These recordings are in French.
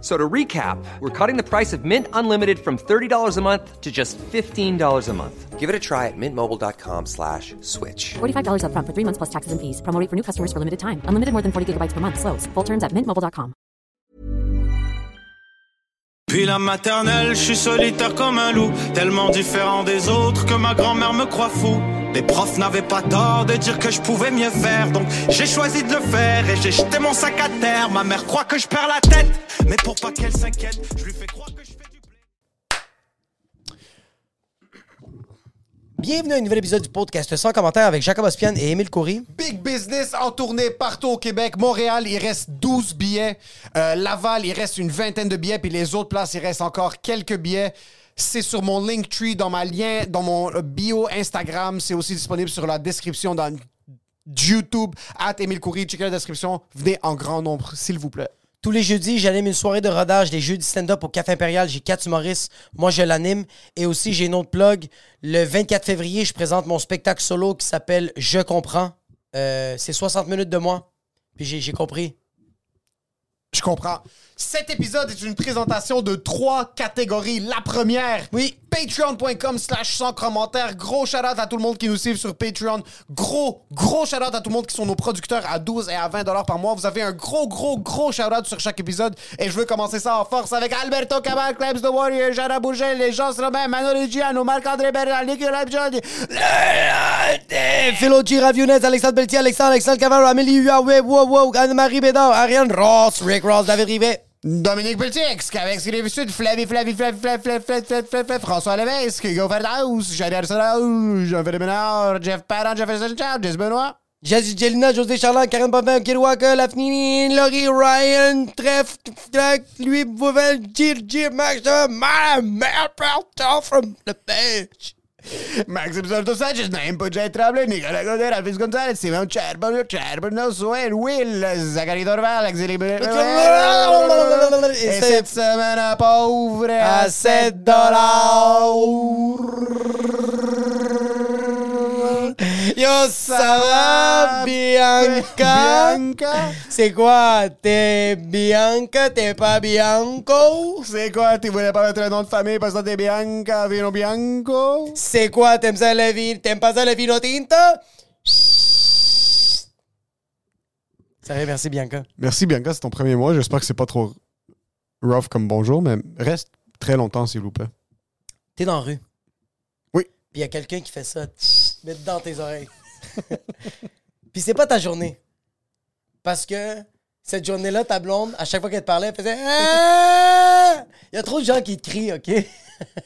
So to recap, we're cutting the price of Mint Unlimited from $30 a month to just $15 a month. Give it a try at mintmobile.com slash switch. $45 upfront for three months plus taxes and fees. Promo rate for new customers for limited time. Unlimited more than 40 gigabytes per month. Slows. Full terms at mintmobile.com. Puis la maternelle, je suis solitaire comme un loup, tellement différent des autres que ma grand-mère me croit fou. Les profs n'avaient pas tort de dire que je pouvais mieux faire, donc j'ai choisi de le faire et j'ai jeté mon sac à terre. Ma mère croit que je perds la tête, mais pour pas qu'elle s'inquiète, je lui fais croire que je fais du Bienvenue à un nouvel épisode du podcast sans commentaire avec Jacob Ospian et Émile Coury. Big business en tournée partout au Québec. Montréal, il reste 12 billets. Euh, Laval, il reste une vingtaine de billets. Puis les autres places, il reste encore quelques billets. C'est sur mon Linktree, dans ma lien, dans mon euh, bio Instagram. C'est aussi disponible sur la description dans YouTube. At Émile Coury, checkez la description. Venez en grand nombre, s'il vous plaît. Tous les jeudis, j'anime une soirée de rodage des jeudis stand-up au Café Impérial. J'ai quatre humoristes. Moi, je l'anime. Et aussi, j'ai une autre plug. Le 24 février, je présente mon spectacle solo qui s'appelle Je comprends. Euh, c'est 60 minutes de moi. Puis j'ai j'ai compris. Je comprends. Cet épisode est une présentation de trois catégories. La première, Oui. patreon.com slash sans commentaire. Gros shout-out à tout le monde qui nous suit sur Patreon. Gros, gros shout-out à tout le monde qui sont nos producteurs à 12 et à 20 dollars par mois. Vous avez un gros, gros, gros shout-out sur chaque épisode. Et je veux commencer ça en force avec Alberto Cabal, Klebs The Warrior, Jara Bourget, les gens Robin, Manon Reggiano, Marc-André Bernard, Nicolas Pjondi, Philo G, Rav Younes, Alexandre Pelletier, Alexandre, Alexandre Cavalo, Amélie Huard, Web, Wow, Wow, Anne-Marie Bédard, Ariane Ross, Rick Ross, David Rivet. Dominique Peltix, avec ce qu'il est sud, Flavie, Flavie, Flavie, Flavie, Flavie, Flavie, Flavie, Flavie, Flavie, François Levesque, Hugo Ferdaus, Jadier Soraou, Jean-Philippe Ménard, Jeff Parent, Jefferson Charles, Jess Benoît. Jésus Jelina, José Charland, Karen Boivin, Kirouac, Lafnini, Laurie, Ryan, Treff, Trac, Louis Bouvel, Gilles, Gilles, Max, Mère, Mère, Pelton from the bench. Maxime Santos Sanchez, Naïm Pojet Tremblay, Nicolas Godet, Alphys Gonzalez, Simon Cherbourg, Cherbourg, No Swain, Will, Zachary Dorval, Axel Ibrahim. Et cette semaine, à pauvre, À 7 dollars. Yo, ça va, Bianca? Bianca. C'est quoi? T'es Bianca, t'es pas Bianco? C'est quoi, tu voulais pas mettre un nom de famille parce que t'es Bianca, Vino Bianco? C'est quoi? T'aimes ça le vin? T'aimes pas ça le vino tinto? Sérieux, merci Bianca. Merci Bianca, c'est ton premier mois. J'espère que c'est pas trop rough comme bonjour, mais reste très longtemps s'il vous plaît. T'es dans la rue. Oui. Puis il y a quelqu'un qui fait ça. Mets dans tes oreilles. Puis c'est pas ta journée. Parce que cette journée-là, ta blonde, à chaque fois qu'elle te parlait, elle faisait Ah! Il y a trop de gens qui te crient, OK?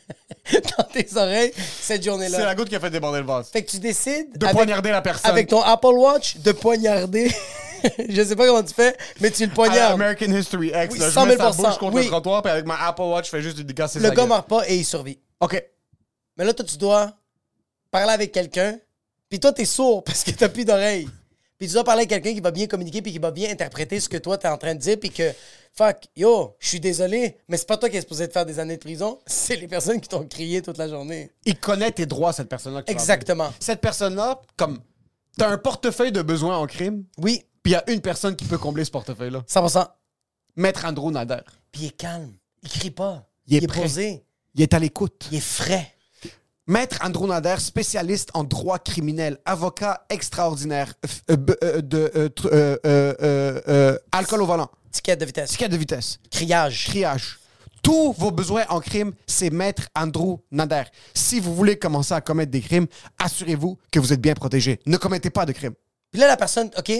dans tes oreilles, cette journée-là. C'est la goutte qui a fait déborder le vase. Fait que tu décides. De avec- poignarder la personne. Avec ton Apple Watch, de poignarder. Je sais pas comment tu fais, mais tu le À la poignardes. American History X, Oui, là, je 100 mets 000 sa bouche contre oui. le trottoir, puis avec ma Apple Watch, je fais juste du dégât c'est Le sa gars gueule. meurt pas et il survit. OK. Mais là, toi, tu dois parler avec quelqu'un. Puis toi, t'es sourd parce que t'as plus d'oreilles. Puis tu dois parler avec quelqu'un qui va bien communiquer puis qui va bien interpréter ce que toi, t'es en train de dire. Puis que, fuck, yo, je suis désolé, mais c'est pas toi qui es supposé te faire des années de prison. C'est les personnes qui t'ont crié toute la journée. Il connaît tes droits, cette personne-là. que tu vas Exactement. appeler. Cette personne-là, comme. T'as un portefeuille de besoins en crime, Oui, puis il y a une personne qui peut combler ce portefeuille-là. 100%. Maître Andrew Nader. Puis il est calme. Il crie pas. Il est il est prêt. posé. Il est à l'écoute. Il est frais. Maître Andrew Nader, spécialiste en droit criminel, avocat extraordinaire f- euh, b- euh, de euh, tr- euh, euh, euh, euh, alcool au volant, Ticket de vitesse. ticket de vitesse, Criage. triage. Tous vos besoins en crime, c'est Maître Andrew Nader. Si vous voulez commencer à commettre des crimes, assurez-vous que vous êtes bien protégé. Ne commettez pas de crimes. Puis là, la personne, OK,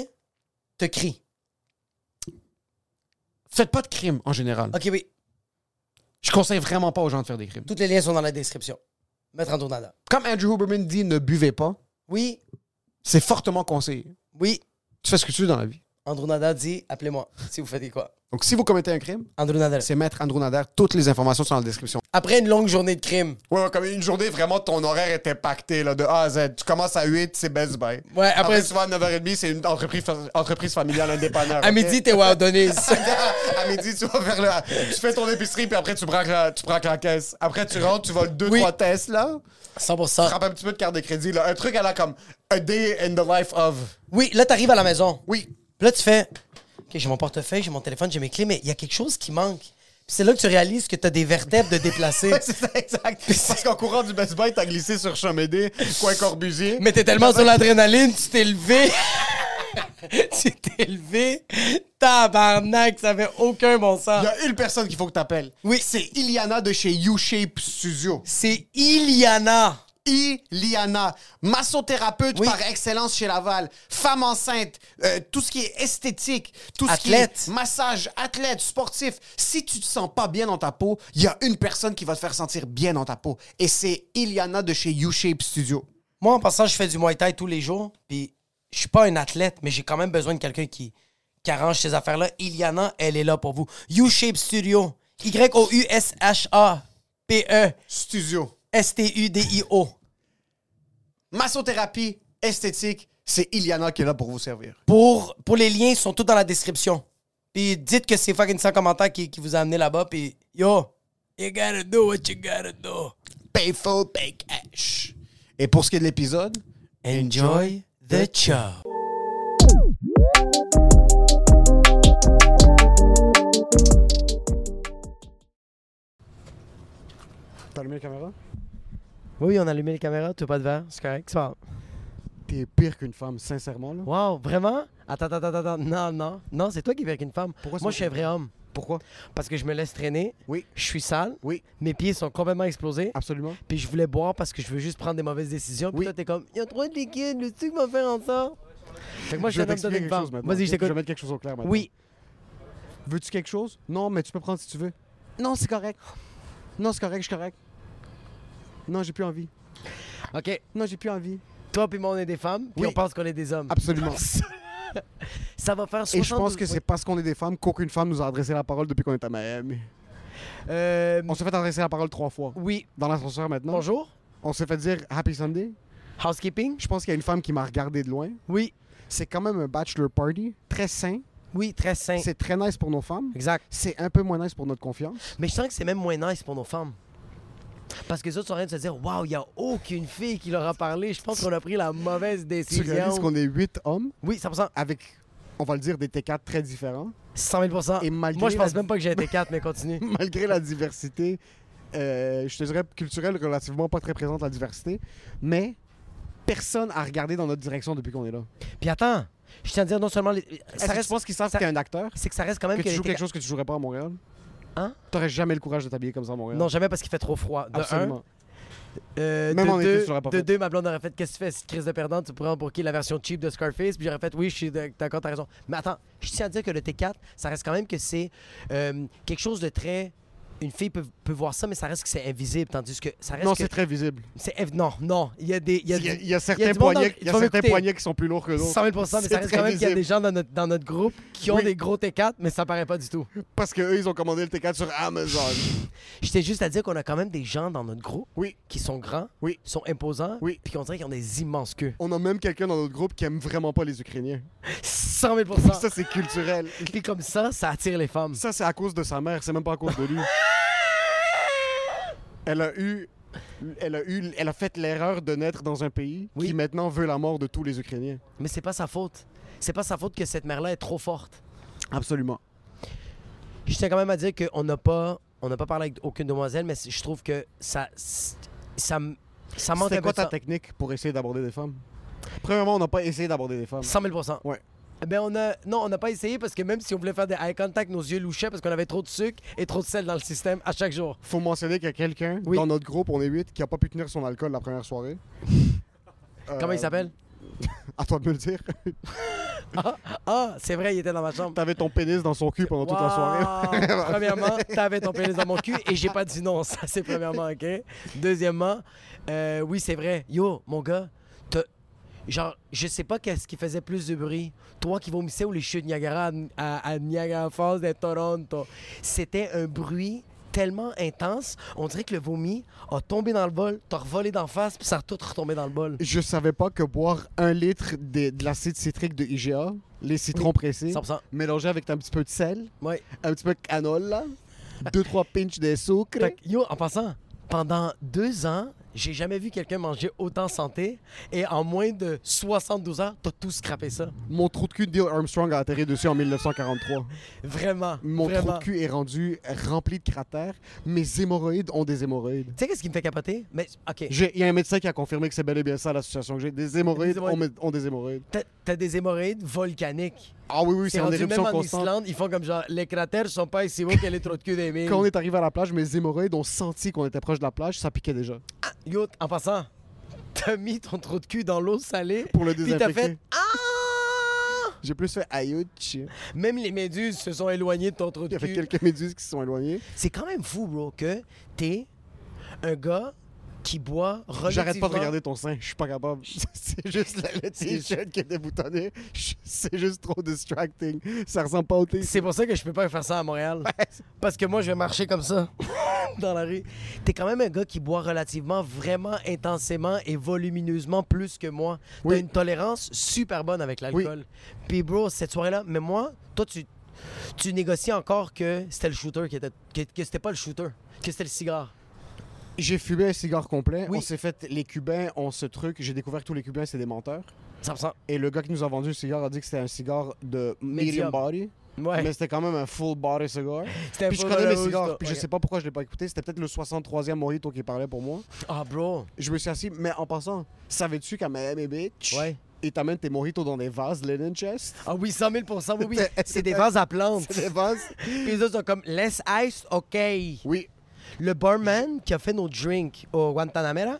te crie. Faites pas de crime en général. OK, oui. Je conseille vraiment pas aux gens de faire des crimes. Toutes les liens sont dans la description. Mettre en tournada. Comme Andrew Huberman dit, ne buvez pas, Oui, c'est fortement conseillé. oui. Tu fais ce que tu veux dans la vie. Andrew Nada dit appelez-moi si vous faites quoi. Donc, si vous commettez un crime, Andrew Nada. c'est mettre Andrew Nader. Toutes les informations sont dans la description. Après une longue journée de crime. Ouais, ouais, comme une journée, vraiment, ton horaire est impacté là, de A à Z. Tu commences à 8, c'est Best Buy. Ouais, après- souvent à 9h30, c'est une entreprise, fa- entreprise familiale indépendante. À midi, t'es wow, Donis. à midi, tu vas vers la... Tu fais ton épicerie, puis après, tu braques la, tu braques la caisse. Après, tu rentres, tu voles deux, Oui. trois tests, là. 100%. Frappe un petit peu de carte de crédit, là. Un truc à la comme A Day in the Life of. Oui, là, t'arrives à la maison. Oui. Puis là, tu fais OK, j'ai mon portefeuille, j'ai mon téléphone, j'ai mes clés, mais il y a quelque chose qui manque. Puis c'est là que tu réalises que t'as des vertèbres de déplacer. Ouais, c'est ça, exact. Parce qu'en courant du Best Buy, t'as glissé sur Chamédé, coin Corbusier. Mais t'es tellement sur l'adrénaline, tu t'es levé. tu t'es levé. Tabarnak, ça avait aucun bon Il sens. y a une personne qu'il faut que t'appelles. Oui. C'est Iliana de chez U-Shape Studio. C'est Iliana. Iliana, massothérapeute Oui. par excellence chez Laval, femme enceinte, euh, tout ce qui est esthétique, tout Athlète. ce qui est massage, athlète, sportif. Si tu te sens pas bien dans ta peau, il y a une personne qui va te faire sentir bien dans ta peau. Et c'est Iliana de chez U-Shape Studio. Moi, en passant, je fais du Muay Thai tous les jours. Puis je suis pas un athlète, mais j'ai quand même besoin de quelqu'un qui, qui arrange ces affaires-là. Iliana, elle est là pour vous. U-Shape Studio. Y-O-U-S-H-A-P-E. Studio. S-T-U-D-I-O. Massothérapie, esthétique, c'est Iliana qui est là pour vous servir. Pour, pour les liens, ils sont tous dans la description. Puis dites que c'est fucking 100 commentaires qui, qui vous a amené là-bas. Puis yo, you gotta do what you gotta do. Payful, pay cash. Et pour ce qui est de l'épisode, Enjoy the show. T'as allumé la caméra? Oui, on a allumé les caméras. T'as pas de verre, c'est correct. T'es pire qu'une femme, sincèrement. Là. Wow, vraiment? Attends, attends, attends, attends. Non, non. Non, c'est toi qui viens avec une femme. Pourquoi c'est Moi, moi je suis un qui- vrai homme. Pourquoi? Parce que je me laisse traîner. Oui. Je suis sale. Oui. Mes pieds sont complètement explosés. Absolument. Puis je voulais boire parce que je veux juste prendre des mauvaises décisions. Puis Oui. toi, t'es comme, il y a trop de liquide, le truc m'a fait en ça. Fait que moi, je suis un vais homme t'expliquer donné une quelque femme. chose maintenant. Vas-y, je Je vais t'écoute. mettre quelque chose au clair maintenant. Oui. Veux-tu quelque chose? Non, mais tu peux prendre si tu veux. Non, c'est correct. Non, c'est correct, je suis correct. Non, j'ai plus envie. OK. Non, j'ai plus envie. Toi puis moi, on est des femmes, puis Oui. on pense qu'on est des hommes. Absolument. Ça va faire 72... Et je pense que c'est Ah, oui. parce qu'on est des femmes qu'aucune femme nous a adressé la parole depuis qu'on est à Miami. Euh, On s'est fait adresser la parole trois fois. oui. Dans l'ascenseur maintenant. Bonjour. On s'est fait dire Happy Sunday. Housekeeping. Je pense qu'il y a une femme qui m'a regardé de loin. Oui. C'est quand même un bachelor party, très sain. Oui, très sain. C'est très nice pour nos femmes. Exact. C'est un peu moins nice pour notre confiance. Mais je sens que c'est même moins nice pour nos femmes. Parce que les autres sont en train de se dire Waouh, il n'y a aucune fille qui leur a parlé. Je pense qu'on a pris la mauvaise Tu réalises décision. qu'on est huit hommes Oui, 100%. avec, on va le dire, des T4 très différents. 100 000 Et malgré Ah, Moi, je pense la- même pas que j'ai été 4, mais continue. Malgré la diversité, euh, je te dirais culturelle, relativement pas très présente la diversité, mais personne a regardé dans notre direction depuis qu'on est là. Puis attends, je tiens à dire non seulement. les- Est-ce Ça que reste... tu penses qu'ils savent ça- que t'es un acteur? C'est que ça reste quand même Que que tu les joues quelque T4 chose que tu jouerais pas à Montréal? Hein? T'aurais jamais le courage de t'habiller comme ça à Montréal. Non, jamais parce qu'il fait trop froid. De Absolument. un. euh, Même de en été, deux, tu l'aurais pas de fait. deux, ma blonde aurait fait Qu'est-ce que tu fais, cette crise de perdante Tu pourrais embarquer la version cheap de Scarface. Puis j'aurais fait Oui, je suis d'ac- d'accord, t'as raison. Mais attends, je tiens à dire que le T4, ça reste quand même que c'est euh, quelque chose de très. Une fille peut, peut voir ça, mais ça reste que c'est invisible. Tandis que ça reste. Non, que c'est très visible. c'est inv- Non, non. Il y a des. Il y a, Il y a, du- il y a certains, du monde dans- poignets, il y a Tu vas certains m'écouter. poignets qui sont plus lourds que d'autres. 100 000 mais ça C'est reste très quand même qu'il y a des visible. gens dans notre, dans notre groupe qui ont Oui. des gros T4, mais ça paraît pas du tout. Parce que eux, ils ont commandé le T4 sur Amazon. J'étais juste à dire qu'on a quand même des gens dans notre groupe oui. qui sont grands, Oui. sont imposants, Oui. puis qu'on dirait qu'ils ont des immenses queues. On a même quelqu'un dans notre groupe qui aime vraiment pas les Ukrainiens. 100 000 Ça, c'est culturel. Puis comme ça, ça attire les femmes. Ça, c'est à cause de sa mère, c'est même pas à cause de lui. Elle a eu. Elle a, eu, elle a fait l'erreur de naître dans un pays Oui. qui maintenant veut la mort de tous les Ukrainiens. Mais c'est pas sa faute. C'est pas sa faute que cette mère-là est trop forte. Absolument. Je tiens quand même à dire qu'on n'a pas, on n'a pas parlé avec aucune demoiselle, mais je trouve que ça, ça, m- ça manque un C'était peu quoi de ta ça. technique pour essayer d'aborder des femmes? Premièrement, on n'a pas essayé d'aborder des femmes. 100 000 Ouais. Eh Ben on a non on n'a pas essayé parce que même si on voulait faire des eye contact nos yeux louchaient parce qu'on avait trop de sucre et trop de sel dans le système à chaque jour. Faut mentionner qu'il y a quelqu'un Oui. dans notre groupe, on est huit, qui a pas pu tenir son alcool la première soirée. Comment il s'appelle À toi de me le dire. Ah, c'est vrai, il était dans ma chambre. T'avais ton pénis dans son cul pendant toute la soirée. Wow! premièrement, t'avais ton pénis dans mon cul et j'ai pas dit non. Ça, c'est premièrement, OK? Deuxièmement, euh, oui, c'est vrai. Yo, mon gars, t'as- genre, je sais pas qu'est-ce qui faisait plus de bruit. Toi qui vomissais ou les chutes Niagara à, à- à Niagara Falls de Toronto. C'était un bruit tellement intense, on dirait que le vomi a tombé dans le bol, t'as revolé d'en face, puis ça a tout retombé dans le bol. Je savais pas que boire un litre de, de l'acide citrique de IGA, les citrons Oui, pressés, 100%. mélangé avec un petit peu de sel, Ouais. un petit peu de canola, deux, trois pinches de sucre. Fait que, yo, en passant, pendant deux ans, j'ai jamais vu quelqu'un manger autant santé et en moins de 72 heures, t'as tout scrappé ça. Mon trou de cul de Neil Armstrong a atterri dessus en 1943. Vraiment. Mon trou vraiment. de cul est rendu rempli de cratères. Mes hémorroïdes ont des hémorroïdes. Tu sais qu'est-ce qui me fait capoter? Mais, OK. J'ai- Il y a un médecin qui a confirmé que c'est bel et bien ça l'association que j'ai. Des hémorroïdes, Des hémorroïdes. Ont, ont des hémorroïdes. T'as- T'as des hémorroïdes volcaniques. Ah oui, oui, c'est C'est en rendu éruption même en constante. Islande, ils font comme genre, les cratères sont pas si hauts que les trous de cul des mines. Quand on est arrivé à la plage, mes hémorroïdes ont senti qu'on était proche de la plage, ça piquait déjà. Yo, en passant, t'as mis ton trou de cul dans l'eau salée. Pour le Puis t'as désinfecter. fait... Ah! J'ai plus fait aïouch. Même les méduses se sont éloignées de ton trou Il de y avait cul. quelques méduses qui se sont éloignées. C'est quand même fou, bro, que t'es un gars qui boit relativement... J'arrête pas de regarder ton sein, je suis pas capable. C'est juste la- le C'est- t-shirt qui est déboutonné. Je- C'est juste trop distracting. Ça ressemble pas au thé. C'est pour ça que je peux pas faire ça à Montréal. Parce que moi, je vais marcher comme ça dans la rue. T'es quand même un gars qui boit relativement, vraiment intensément et volumineusement plus que moi. T'as Oui. une tolérance super bonne avec l'alcool. Puis, bro, cette soirée-là, mais moi, toi, tu, tu négocies encore que c'était le shooter qui était. que, que c'était pas le shooter, que c'était le cigare. J'ai fumé un cigare complet. Oui. On s'est fait. Les Cubains ont ce truc. J'ai découvert que tous les Cubains, c'est des menteurs. Ça me semble. Et le gars qui nous a vendu le cigare a dit que c'était un cigare de medium Medium. body. Ouais. Mais c'était quand même un full body cigar. C'était un Puis je full connais body mes cigares. Augusta. Puis Ok. je sais pas pourquoi je l'ai pas écouté. C'était peut-être le 63e Morito qui parlait pour moi. Ah, bro. Je me suis assis, mais en passant, savais-tu qu'à Miami Beach, Ouais. ils t'amènent tes mojitos dans des vases Lennon Chest? Ah oui, 100 000 oui, oui. C'était- C'est des vases à plantes. C'est des vases? Puis les autres sont comme, less ice, OK. Oui. Le barman qui a fait nos drinks au Guantanamera,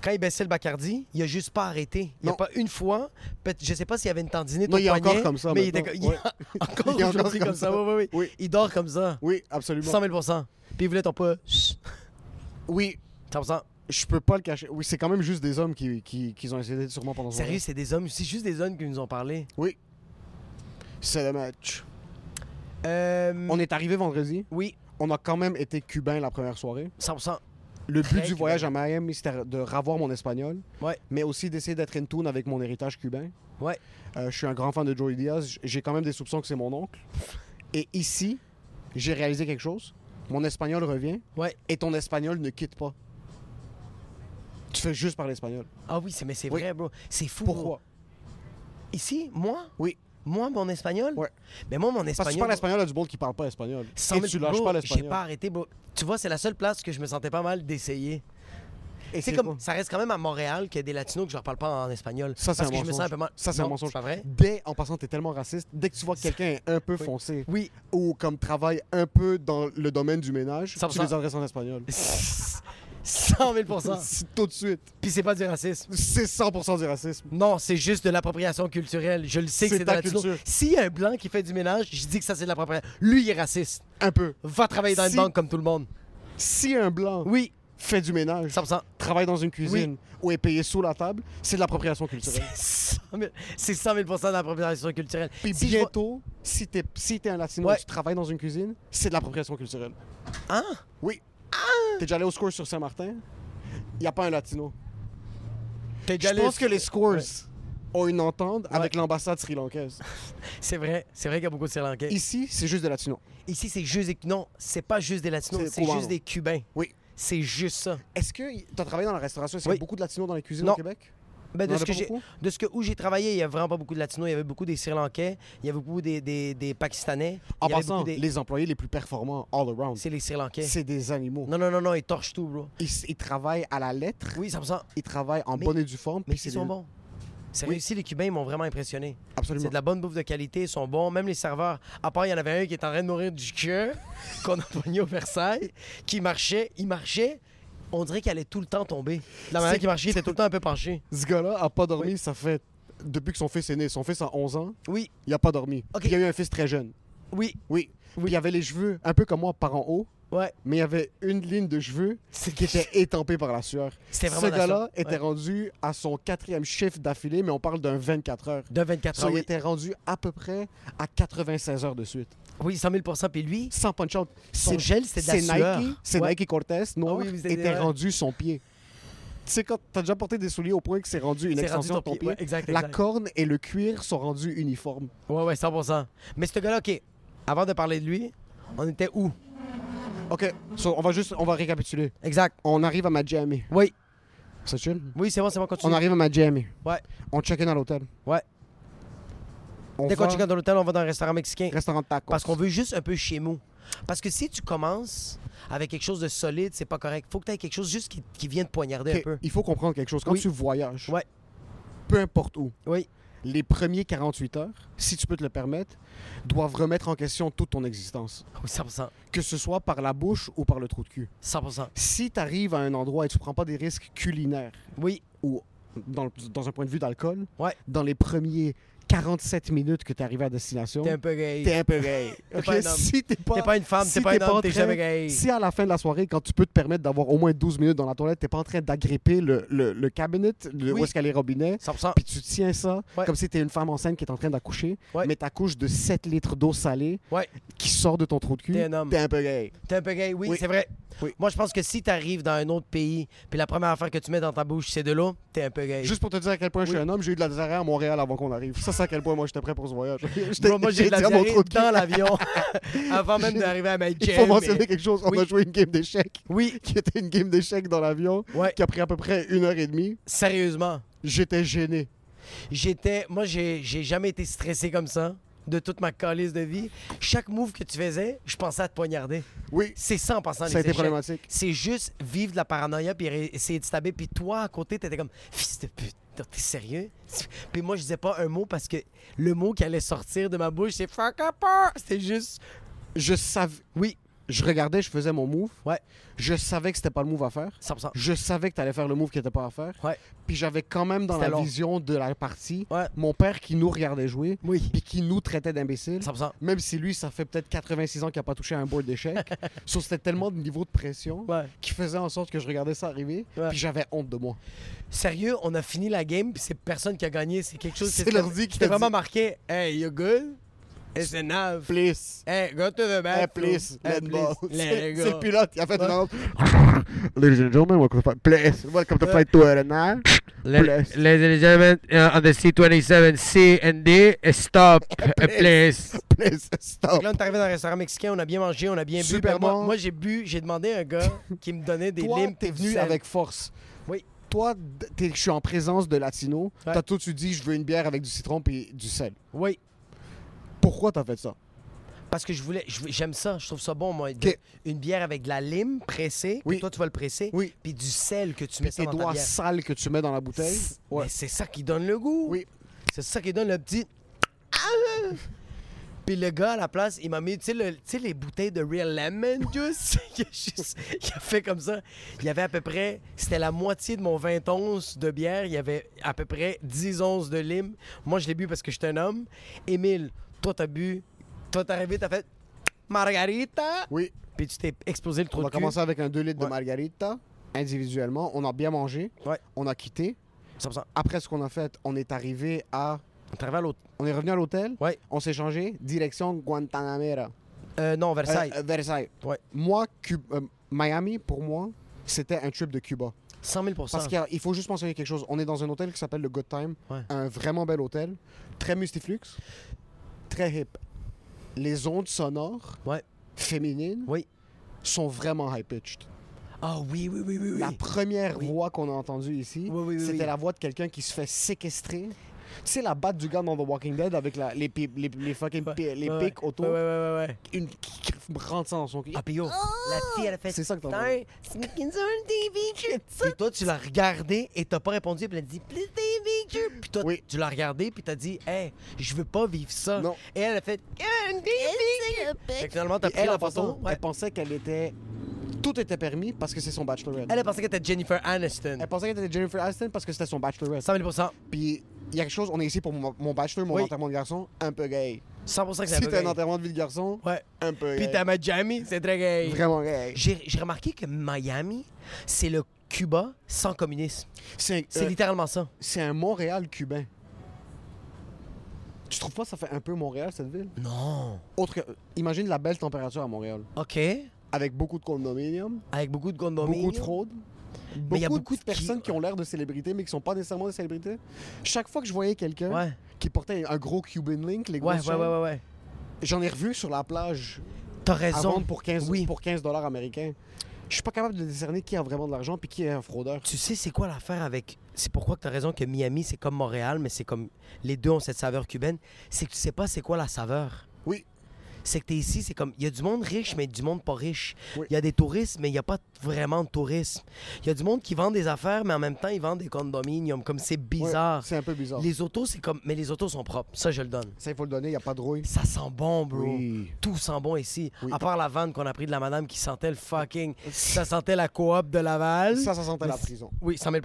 quand il baissait le Bacardi, il a juste pas arrêté. Il n'y Non. a pas une fois. peut- Je sais pas s'il y avait une tendinite. Non, au il est poignet, encore comme ça Mais il était maintenant. co- il est Ouais. encore Il est encore aujourd'hui comme comme ça. Oui, ça. oui, oui. Oui. Il dort comme ça. Oui, absolument. 100 000 Puis il voulait ton pas. Chut. Oui, 100 je peux pas le cacher. Oui, c'est quand même juste des hommes qui, qui, qui ont essayé sûrement pendant ce Sérieux, c'est des hommes. C'est juste des hommes qui nous ont parlé. Oui. C'est le match. Euh, On est arrivé vendredi. Oui, On a quand même été cubain la première soirée. 100 Le but Très du cubain. voyage à Miami, c'était de revoir mon espagnol, Ouais, mais aussi d'essayer d'être in tune avec mon héritage cubain. ouais. Euh, je suis un grand fan de Joey Diaz. J- J'ai quand même des soupçons que c'est mon oncle. Et ici, j'ai réalisé quelque chose. Mon espagnol revient Ouais. et ton espagnol ne quitte pas. Tu fais juste parler espagnol. Ah oui, c'est- mais c'est Oui. vrai, bro. C'est fou. bro. Pourquoi? Ici, moi, Oui. moi, mon espagnol. Ouais. Mais moi, mon espagnol. Parce que tu parles espagnol à du monde qui parle pas espagnol. 100 Et 000 tu lâches bro, pas J'ai pas l'espagnol. arrêté, bro. Tu vois, c'est la seule place que je me sentais pas mal d'essayer. Et C'est comme, ça reste quand même à Montréal qu'il y a des latinos que je leur parle pas en espagnol. Ça, c'est parce un que je me sens mensonge. un peu mal. Ça, c'est un Non, mensonge. pas vrai? Dès, en passant, t'es tellement raciste. Dès que tu vois que quelqu'un est un peu foncé Oui. ou comme travaille un peu dans le domaine du ménage, Ça me tu sent- les adresses en espagnol. 100 000 C'est Tout de suite. Puis c'est pas du racisme. C'est 100% du racisme. Non, c'est juste de l'appropriation culturelle. Je le sais que C'est c'est de ta la latino. culture. S'il y a un blanc qui fait du ménage, je dis que ça, c'est de l'appropriation. Lui, il est raciste. Un peu. Va travailler dans Si- une banque comme tout le monde. Si un blanc Oui, fait du ménage, 100%. travaille dans une cuisine ou est payé sous la table, c'est de l'appropriation culturelle. C'est 100 000 c'est 100 000 de l'appropriation culturelle. Puis Si je vois- bientôt, si t'es si t'es un latino Ouais. et tu travailles dans une cuisine, c'est de l'appropriation culturelle. Hein? Oui. T'es déjà allé au score sur Saint-Martin? Il a pas un latino. T'es Je déjà allé- pense que les scores ont une entente avec Ouais. l'ambassade sri-lankaise. C'est vrai, c'est vrai qu'il y a beaucoup de Sri Lankais. Ici, c'est juste des latinos. Ici, c'est juste des... Non, c'est pas juste des Latinos, C'est c'est cubano. juste des Cubains. Oui. C'est juste ça. Est-ce que y- t'as travaillé dans la restauration? Est-ce qu'il y Oui. a beaucoup de latinos dans les cuisines Non. au Québec? Ben, Y'en de, avait ce que pas j'ai, beaucoup? de ce que où j'ai travaillé, il y avait vraiment pas beaucoup de Latinos. Il y avait beaucoup des Sri Lankais, il y avait beaucoup des, des, des Pakistanais. En il y avait passant, beaucoup des- les employés les plus performants all around, C'est les Sri Lankais. c'est des animaux. Non, non, non, non, ils torchent tout, bro. Ils, ils travaillent à la lettre. Oui, ça me semble. Ils travaillent en Mais- bonne et due forme. Mais puis c'est ils sont des- bons. C'est réussi, les Cubains, ils m'ont vraiment impressionné. Absolument. C'est de la bonne bouffe de qualité, ils sont bons. Même les serveurs, à part, il y en avait un qui était en train de mourir du cœur, qu'on a pogné au Versailles, qui marchait, il marchait, on dirait qu'elle est tout le temps tombée. De La manière qu'il marchait, il était tout le temps un peu penché. Ce gars-là a pas dormi, ça fait. Depuis que son fils est né. Son fils a 11 ans, Oui, il a pas dormi. Ok. Puis il a eu un fils très jeune. oui, Oui. Puis il avait les cheveux, un peu comme moi, par en haut, ouais. mais il y avait une ligne de cheveux qui était étampée par la sueur. C'était vraiment Ce de la gars-là sueur. était Ouais. rendu à son quatrième chiffre d'affilée, mais on parle d'un 24 heures. De 24 Ça, ans. il Oui. était rendu à peu près à 96 heures de suite. oui, 100 000 Puis lui, Sans punch-out. Son C'est- gel, c'est de la sueur. Nike, c'est Ouais. Nike Cortez, noir, Ah oui, vous avez- était ouais. rendu son pied. Tu sais, quand t'as déjà porté des souliers au point que c'est rendu une C'est extension rendu ton de ton pied. pied, Ouais, exact, la exact. corne et le cuir sont rendus uniformes. ouais, ouais, 100 Mais ce gars-là, OK, avant de parler de lui, on était où? OK, so, on va juste, on va récapituler. Exact. On arrive à Miami. Oui, C'est chill? oui, c'est bon, c'est bon, continue. On arrive à Miami. Ouais, On check-in à l'hôtel. ouais. On Dès qu'on va check dans l'hôtel, on va dans un restaurant mexicain. restaurant de tacos. Parce qu'on veut juste un peu chez nous. Parce que si tu commences avec quelque chose de solide, c'est pas correct. Faut que tu aies quelque chose juste qui, qui vient te poignarder OK, un peu. Il faut comprendre quelque chose. Quand Oui. tu voyages, Ouais, peu importe où, oui. les premiers 48 heures, si tu peux te le permettre, doivent remettre en question toute ton existence, Oui, 100%. que ce soit par la bouche ou par le trou de cul. 100%. Si tu arrives à un endroit et tu prends pas des risques culinaires Oui, ou dans, le- dans un point de vue d'alcool, ouais. dans les premiers 47 minutes que tu arrives à destination, T'es un peu gay. t'es un peu gay. T'es Ok, pas un homme. Si t'es pas, T'es pas une femme, si t'es pas un homme, en t'es train- jamais gay. Si à la fin de la soirée, quand tu peux te permettre d'avoir au moins 12 minutes dans la toilette, t'es pas en train d'agripper le, le, le cabinet, le, Oui. où est-ce qu'elle est robinet, 100%. puis tu tiens ça Ouais. comme si t'es une femme enceinte qui est en train d'accoucher, Ouais. mais t'accouches de 7 litres d'eau salée Ouais. qui sort de ton trou de cul. T'es un homme. peu gay. T'es un peu gay, oui, Oui. c'est vrai. Oui. Moi, je pense que si t'arrives dans un autre pays, puis la première affaire que tu mets dans ta bouche, c'est de l'eau, t'es un peu gay. Juste pour te dire à quel point je suis un homme, j'ai eu de la diarrhée à Montréal avant qu'on arrive. Ça, c'est à quel point moi j'étais prêt pour ce voyage. J'étais- Bro, moi, j'ai de la j'étais à mon diarrhée trou de cul. dans l'avion avant même d'arriver à ma Il gym, faut mentionner mais- quelque chose. On Oui. a joué une game d'échecs Oui, qui était une game d'échecs dans l'avion Ouais. qui a pris à peu près une heure et demie. sérieusement. J'étais gêné. J'étais. Moi, j'ai j'ai jamais été stressé comme ça de toute ma calice de vie. Chaque move que tu faisais, je pensais à te poignarder. Oui. C'est ça en passant les Ça a été échecs. problématique. C'est juste vivre de la paranoïa puis ré- essayer de se taber. Puis toi, à côté, t'étais comme fils de pute. T'es sérieux? Puis moi, je disais pas un mot parce que le mot qui allait sortir de ma bouche, c'est fuck up! ah! C'était juste. Je savais. Oui, Je regardais, je faisais mon move. ouais, Je savais que c'était pas le move à faire. 100%. Je savais que t'allais faire le move qui était pas à faire. Ouais. Puis j'avais quand même dans la C'était long. vision de la partie Ouais. mon père qui nous regardait jouer, Oui. puis qui nous traitait d'imbéciles. 100%. Même si lui, ça fait peut-être 86 ans qu'il n'a pas touché à un board d'échecs. so, c'était tellement de niveau de pression Ouais. qui faisait en sorte que je regardais ça arriver, Ouais. puis j'avais honte de moi. Sérieux, on a fini la game, puis c'est personne qui a gagné. C'est quelque chose C'est qui l'ordi qui t'a t'a dit- vraiment marqué. Hey, you good? It's enough. Please. Hey, go to the Hey, back. please, Hey, let go. please. C'est Let c'est le go. pilote, il a fait une annonce. Ladies and gentlemen, welcome to, please, welcome to Euh. flight to RNR. Please. Ladies and gentlemen, uh, on the C27, C and D, uh, stop, uh, please. Please, Donc stop. là, on est arrivé dans un restaurant mexicain, on a bien mangé, on a bien bu. Oh. Super Ben, moi- Moi, bon. j'ai bu, j'ai demandé à un gars qui me donnait des Toi, limes. t'es du venu sel. avec force. Oui. Toi, d- t'es- je suis en présence de Latino. Ouais. T'as tout de suite dit, je veux une bière avec du citron puis du sel. Oui, Pourquoi t'as fait ça? parce que je voulais. je voulais- J'aime ça, je trouve ça bon, moi. de- Ok. Une bière avec de la lime pressée, Oui. que toi, tu vas le presser, Oui. puis du sel que tu mets Puis ça tes dans ta doigts bière. sales que tu mets dans la bouteille. C'est- Ouais. mais C'est ça qui donne le goût. Oui. C'est ça qui donne le petit. Ah! Puis le gars à la place, il m'a mis, tu sais, le- tu sais, les bouteilles de Real Lemon Juice. il, a juste- il a fait comme ça. Il y avait à peu près, c'était la moitié de mon 20 onces de bière. Il y avait à peu près 10 onces de lime. Moi, je l'ai bu parce que je suis un homme. Émile, toi, t'as bu. Toi, t'es arrivé, t'as fait Margarita. Oui. Puis tu t'es explosé le trou On de a cul. commencé avec un 2 litres Ouais. de margarita individuellement. On a bien mangé. Ouais, On a quitté. 100%. Après ce qu'on a fait, on est arrivé à. T'es arrivé à l'autre. On est revenu à l'hôtel. Ouais. On s'est changé. Direction Guantanamera. Euh, non, Versailles. Euh, euh, Versailles. Ouais. Moi, Cu- euh, Miami, pour moi, c'était un trip de Cuba. 100 000 Parce qu'il y a- il faut juste mentionner quelque chose. On est dans un hôtel qui s'appelle le Good Time. Ouais. Un vraiment bel hôtel. Très mustiflux. Très hip. Les ondes sonores Ouais. féminines Oui. sont vraiment high-pitched. Ah oui, oui, oui, oui, oui. La première voix qu'on a entendue ici, Oui, oui, oui, c'était oui. la voix de quelqu'un qui se fait séquestrer. Tu sais, la batte du gars dans The Walking Dead avec la- les, pi- les, les fucking pi- les Ouais, pics autour, Ouais, ouais, ouais, ouais. ouais. une qui qui rentre ça dans son cul. Ah, puis yo, la fille, elle a fait. C'est ça que t'entends. Putain, Sneaking Zone TV, tu- Puis toi, tu l'as regardé et t'as pas répondu. Puis elle a dit, please TV, tu- Puis toi, Oui. tu l'as regardé, puis t'as dit, hey, je veux pas vivre ça. Non. Et elle a fait, Come on, TV, tu- Fait que finalement, Ah, t'as Puis pris elle, la en passant, photo. Ouais. elle pensait qu'elle était Tout était permis parce que c'est son bachelorette. Elle, elle pensait que t'étais Jennifer Aniston. Elle pensait qu'elle était Jennifer Aniston parce que c'était son bachelorette. 100 000 100 Puis il y a quelque chose, on est ici pour mon, mon bachelor, mon Oui. enterrement de garçon, un peu gay. 100% que c'est Si t'as un gay. enterrement de vie de garçon, Ouais. un peu Puis gay. t'as Miami, c'est très gay. Vraiment euh, gay. J'ai j'ai remarqué que Miami, c'est le Cuba sans communisme. C'est C'est euh, littéralement ça. c'est un Montréal cubain. Tu trouves pas que ça fait un peu Montréal, cette ville? Non. Autre que- imagine la belle température à Montréal. OK. Avec beaucoup de condominiums, Avec beaucoup de condominiums. beaucoup de fraudes. Beaucoup, il y a beaucoup de de personnes qui- qui ont l'air de célébrités, mais qui sont pas nécessairement des célébrités. Chaque fois que je voyais quelqu'un Ouais. qui portait un gros Cuban Link, les Ouais, grosses ouais, ouais, chaînes, ouais, ouais. j'en ai revu sur la plage T'as à raison. vendre pour 15 Oui. pour 15 dollars américains. Je suis pas capable de discerner qui a vraiment de l'argent puis qui est un fraudeur. Tu sais, c'est quoi l'affaire avec. C'est pourquoi que t'as raison que Miami, c'est comme Montréal, mais c'est comme. Les deux ont cette saveur cubaine. C'est que tu sais pas c'est quoi la saveur. Oui, c'est que t'es ici, c'est comme, il y a du monde riche, mais du monde pas riche. Il Oui. y a des touristes, mais il n'y a pas vraiment de tourisme. Il y a du monde qui vend des affaires, mais en même temps, ils vendent des condominiums. Comme c'est bizarre. Ouais, c'est un peu bizarre. Les autos, c'est comme, mais les autos sont propres. Ça, je le donne. ça il faut le donner, il y a pas de rouille. Ça sent bon, bro. Oui. Tout sent bon ici. À part la vanne qu'on a pris de la madame qui sentait le fucking. ça sentait la coop de Laval. Ça ça sentait Mais la c'est- prison. Oui, 100 000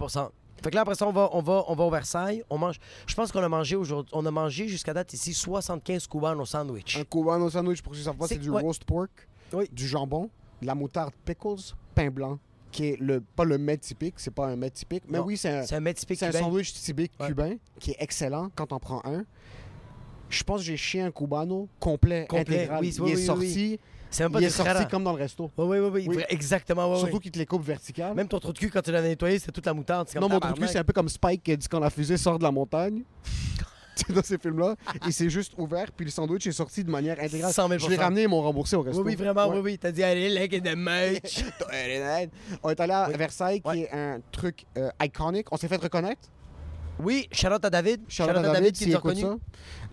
Fait que là, après ça, on va, on va, on va au Versailles. On mange. Je pense qu'on a mangé aujourd'hui. On a mangé jusqu'à date ici 75 cubanos sandwich. Un cubano sandwich pour ceux qui savent pas, C'est c'est du quoi? roast pork, Oui. du jambon, de la moutarde pickles, pain blanc qui est le pas le mets typique, c'est pas un mets typique, mais Non, oui, c'est un C'est un mets typique c'est un cubain. sandwich typique Ouais. cubain qui est excellent quand on prend un. Je pense que j'ai chié un cubano complet, Complet, intégral. oui, il oui, est oui, oui. sorti, C'est même pas il du est sorti frère. comme dans le resto. Oui, oui, oui, Oui. oui. Exactement, ouais, Surtout ouais. qu'il te les coupe vertical. Même ton trou de cul, quand tu l'as nettoyé, c'est toute la moutarde. c'est Comme Non, mon trou de cul, tabarnak. c'est un peu comme Spike qui a dit quand la fusée sort de la montagne. Tu sais, dans ces films-là, il s'est juste ouvert, puis le sandwich est sorti de manière intégrale. 100 000 Je l'ai ramené, ils m'ont remboursé au resto. Oui, oui, vraiment, Ouais. oui, oui. T'as dit, allez, like et de match. On est allé à Versailles, qui Ouais. est un truc euh, iconique. On s'est fait reconnaître. Oui, shout-out à David. Shout-out Shout-out à David, qui nous a écoute reconnus.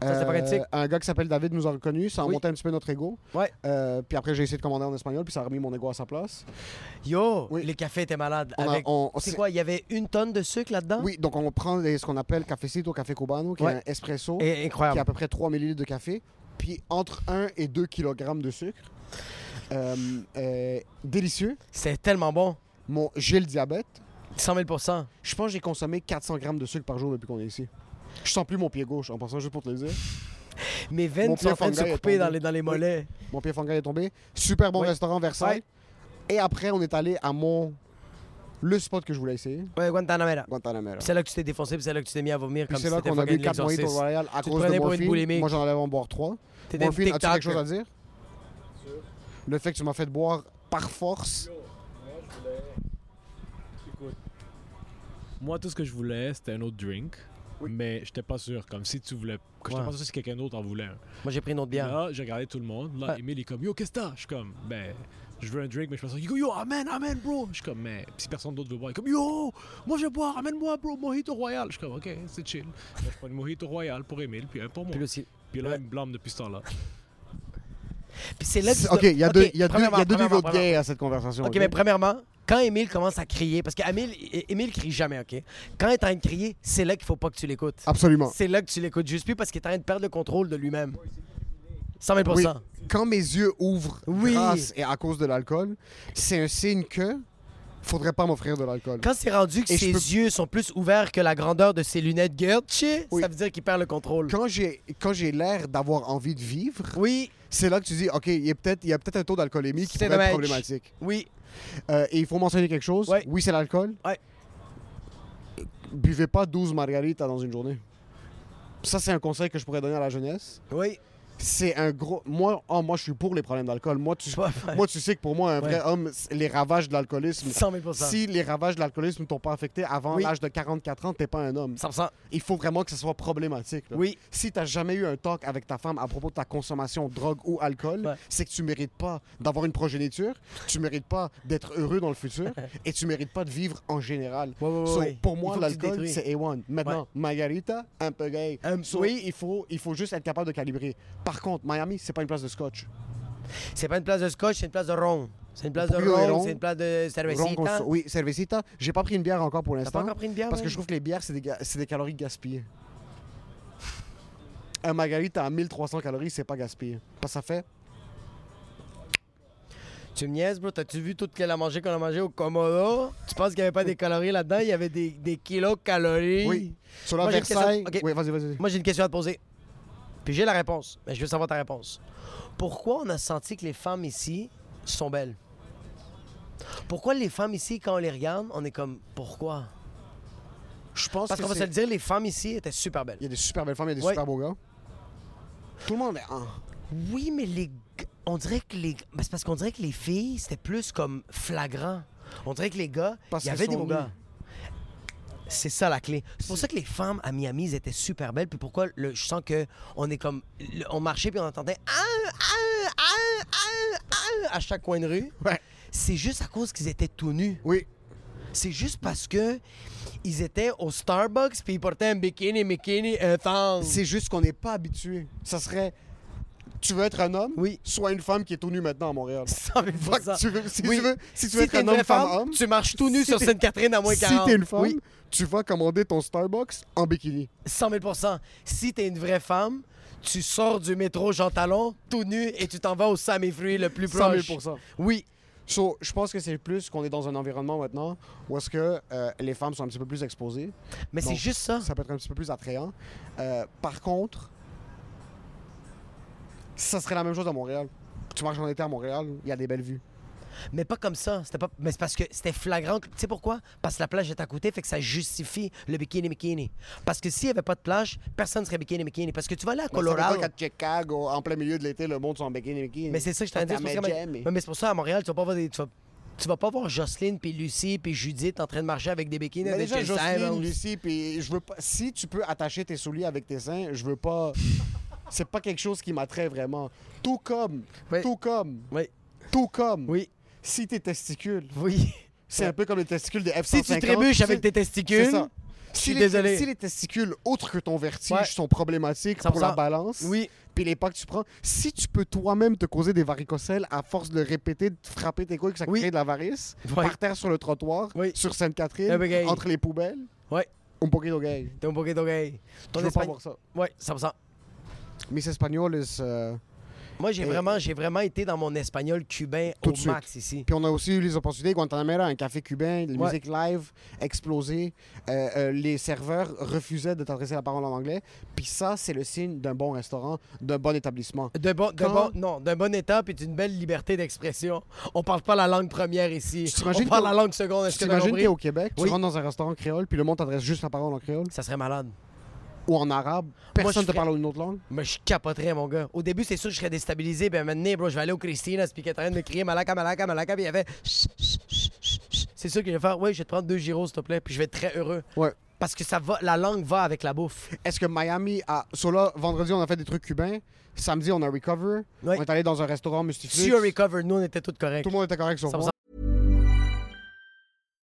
ça. Euh, Ça, c'est pas critique. Un gars qui s'appelle David nous a reconnus. Ça a Oui. monté un petit peu notre ego. Ouais. Euh, puis après, j'ai essayé de commander en espagnol, puis ça a remis mon ego à sa place. Yo, Oui. le café était malade. On a- Avec... on- C'est c'est- quoi, il y avait une tonne de sucre là-dedans? Oui, donc on prend les- ce qu'on appelle cafecito, café cubano, qui Ouais. est un Et- espresso. qui a à incroyable. peu près 3 ml de café, puis entre 1 et 2 kg de sucre. Euh, euh, délicieux. C'est tellement bon. Mon, j'ai le diabète. 100 000 Je pense que j'ai consommé 400 grammes de sucre par jour depuis qu'on est ici. Je sens plus mon pied gauche, en passant juste pour te le dire. Mes Mon veines sont en train de pied se fungal est couper dans tombé. les, dans les Oui. mollets. Mon pied fangal est tombé. Super bon Oui. restaurant Versailles. Et après, on est allé à mon... Le spot que je voulais essayer, Ouais, Guantanamera. Guantanamera. C'est là que tu t'es défoncé, puis c'est là que tu t'es mis à vomir Puis comme c'est si là c'était qu'on a bu fucking 4 mojitos l'exorciste. Royal à Tu te cause de prenais pour une morphine. boulimique. Moi, j'en avais en boire 3. T'étais une Morphine, as-tu quelque TikToker. chose à dire? Le fait que tu m'as fait boire par force Moi, tout ce que je voulais, c'était un autre drink. Mais j'étais pas sûr, comme si tu voulais. que J'étais Ouais. pas sûr si quelqu'un d'autre en voulait un. Moi, j'ai pris une autre bière. Ah. Là, j'ai regardé tout le monde. Là, Ouais. Emile est comme Yo, qu'est-ce que t'as Je suis comme Ben, je veux un drink, mais je pense Yo, yo, amen, amen, bro. Je suis comme Mais si personne d'autre veut boire, il est comme Yo, moi je vais boire, amène-moi, bro, mojito royal. Je suis comme Ok, c'est chill. Là, je prends une mojito royal pour Emile, puis un pour moi. Puis là, c'est- Puis là, il me blâme depuis ce temps-là. Puis c'est là que tu Ok, il y a Ok, deux, il y a deux, il premièrement, y a deux premièrement, niveaux de gays à cette conversation. OK, ok? mais premièrement, quand Émile commence à crier, parce qu'Émile Émile crie jamais, OK? Quand il est en train de crier, c'est là qu'il faut pas que tu l'écoutes. Absolument. C'est là que tu l'écoutes juste plus parce qu'il est en train de perdre le contrôle de lui-même. 100 000 Oui. Quand mes yeux ouvrent Oui. grâce et à cause de l'alcool, c'est un signe que faudrait pas m'offrir de l'alcool. Quand c'est rendu que Et je ses peux- yeux sont plus ouverts que la grandeur de ses lunettes Gertch, Oui. ça veut dire qu'il perd le contrôle. Quand j'ai quand j'ai l'air d'avoir envie de vivre, Oui, c'est là que tu dis ok, il y a peut-être il y a peut-être un taux d'alcoolémie qui C'est pourrait être dommage. problématique. oui. Euh, et il faut mentionner quelque chose. Ouais. Oui, c'est l'alcool. Ouais. Buvez pas 12 margaritas dans une journée. Ça c'est un conseil que je pourrais donner à la jeunesse. Oui. c'est un gros. Moi, oh, moi, je suis pour les problèmes d'alcool. Moi tu... Ouais, ouais. moi, tu sais que pour moi, un vrai Ouais. homme, c'est- les ravages de l'alcoolisme. 100 000 Si les ravages de l'alcoolisme ne t'ont pas affecté avant Oui. l'âge de 44 ans, t'es pas un homme. 100 Il faut vraiment que ce soit problématique. là. Oui. Si t'as jamais eu un talk avec ta femme à propos de ta consommation de drogue ou alcool, Ouais. c'est que tu mérites pas d'avoir une progéniture, tu mérites pas d'être heureux dans le futur et tu mérites pas de vivre en général. Ouais, ouais, ouais, So, ouais. Pour Il moi, faut que tu te l'alcool, détruis. c'est A1. Maintenant, Ouais. Margarita, un peu gay. Un- So, oui. il faut, il faut juste être capable de calibrer. Par contre, Miami, c'est pas une place de scotch. C'est pas une place de scotch, c'est une place de rond. C'est une place de Pourquoi rond, rond? c'est une place de Ron cervecita. Conso- Oui, Cervecita. J'ai pas pris une bière encore pour T'as pas l'instant. encore pris une bière? Parce que man? je trouve que les bières, c'est des, ga- c'est des calories gaspillées. Un margarita à 1300 calories, c'est pas gaspillé. Parce que ça fait Tu me niaises, bro? T'as-tu vu tout ce qu'elle a mangé qu'on a mangé au Komodo? Tu penses qu'il n'y avait pas des calories là-dedans? Il y avait des, des kilos de calories. Oui. Sur la Moi, j'ai une Versailles. question- ok. Oui, vas-y, vas-y. Moi, j'ai une question à te poser. Puis j'ai la réponse, mais je veux savoir ta réponse. Pourquoi on a senti que les femmes ici sont belles? Pourquoi les femmes ici, quand on les regarde, on est comme pourquoi? Je pense Parce que qu'on va se c'est- le dire, les femmes ici étaient super belles. Il y a des super belles femmes, il y a des Ouais. super beaux gars. Tout le monde est un. Oui, mais les. g- On dirait que les. ben, c'est parce qu'on dirait que les filles, c'était plus comme flagrant. On dirait que les gars, Parce il y qu'ils avait des sont beaux nus. gars. C'est ça la clé. C'est pour ça que les femmes à Miami, elles étaient super belles. Puis pourquoi le, je sens que on est comme. le- on marchait puis on entendait. Ah, ah, ah, ah, ah à chaque coin de rue. Ouais. C'est juste à cause qu'ils étaient tout nus. Oui. C'est juste parce que. Ils étaient au Starbucks puis ils portaient un bikini, bikini, un thong. C'est juste qu'on n'est pas habitué. Ça serait. Tu veux être un homme? Oui. Sois une femme qui est tout nue maintenant à Montréal. Cent mille pour Fuck, cent. tu veux- si tu Oui. veux- si tu veux être t'es un une homme, vraie femme, homme, tu marches tout nu si sur t'es- Sainte-Catherine à moins Si 40. t'es une femme, Oui, tu vas commander ton Starbucks en bikini. 100 000 Si t'es une vraie femme, tu sors du métro Jean Talon tout nu et tu t'en vas au Sam et Fruits le plus 100 proche. 000 Oui. So, je pense que c'est plus qu'on est dans un environnement maintenant où est-ce que euh, les femmes sont un petit peu plus exposées. Mais c'est Donc, juste ça. Ça peut être un petit peu plus attrayant. Euh, par contre, ça serait la même chose à Montréal. Tu marches en été à Montréal, il y a des belles vues. Mais pas comme ça. C'était pas... Mais c'est parce que c'était flagrant. Tu sais pourquoi? Parce que la plage est à côté, fait que ça justifie le bikini bikini. Parce que s'il n'y avait pas de plage, personne serait bikini bikini. Parce que tu vas aller à Colorado. Colorado. Chicago, en plein milieu de l'été, le monde sont en bikini. bikini. Mais c'est ça que je t'en dis. c'est pour ça que- Miami. Mais c'est pour ça, à Montréal, tu vas pas voir des. Tu vas, tu vas pas voir Jocelyne, puis Lucie, puis Judith en train de marcher avec des bikinis. Mais avec Ben, déjà, des Jocelyne, seins, Lucie, puis je veux pas. Si tu peux attacher tes souliers avec tes seins, je veux pas. C'est pas quelque chose qui m'attrait vraiment. Tout comme, Oui. tout comme, Oui. tout comme. Ben, Oui. Si tes testicules, Oui. c'est un peu comme les testicules des F-150. Si tu trébuches avec sais- tes C'est testicules. ça. suis Si les, désolé. si les testicules, autres que ton vertige, Ouais. sont problématiques 100%. pour la balance, Oui. puis les pas que tu prends, si tu peux toi-même te causer des varicocèles à force de le répéter, de frapper tes couilles, que ça Oui. crée de la varice, Ouais. par terre sur le trottoir, Oui. sur Sainte-Catherine, Eh ben, gay. entre les poubelles, Ouais. un poquito gay. T'es un poquito gay. Je Ton veux pas Espagne- voir ça. Ouais, 100%. Mis Espagnoles... euh, Moi, j'ai Et- vraiment, j'ai vraiment été dans mon espagnol cubain Tout au de suite. max ici. Puis on a aussi eu les opportunités, Guantanamera, un café cubain, la Ouais. musique live, explosée. Euh, euh, les serveurs refusaient de t'adresser la parole en anglais. Puis ça, c'est le signe d'un bon restaurant, d'un bon établissement. De bon, de Quand- bon, non, d'un bon état puis d'une belle liberté d'expression. On parle pas la langue première ici. Tu t'imagines On parle qu'au- la langue seconde. Est-ce Tu que t'as t'imagines compris? t'es au Québec, tu Oui. rentres dans un restaurant créole, puis le monde t'adresse juste la parole en créole Ça serait malade. ou en arabe. Personne je te ferais- parle une autre langue. Mais je capoterais, mon gars. Au début, c'est sûr que je serais déstabilisé. Ben maintenant, bro, je vais aller au Christina, puis qui est en train de me crier Malaka, Malaka, Malaka, puis il y avait. Chut, chut, chut, chut, chut. C'est sûr que je vais faire, ouais, je vais te prendre deux gyros, s'il te plaît, puis je vais être très heureux. Ouais. Parce que ça va, la langue va avec la bouffe. Est-ce que Miami a. So là, vendredi, on a fait des trucs cubains. Samedi, on a Recover. Ouais. On est allé dans un restaurant mystifié. Si you recover, nous, on était tous corrects. Tout le monde était correct sur Ça me moi.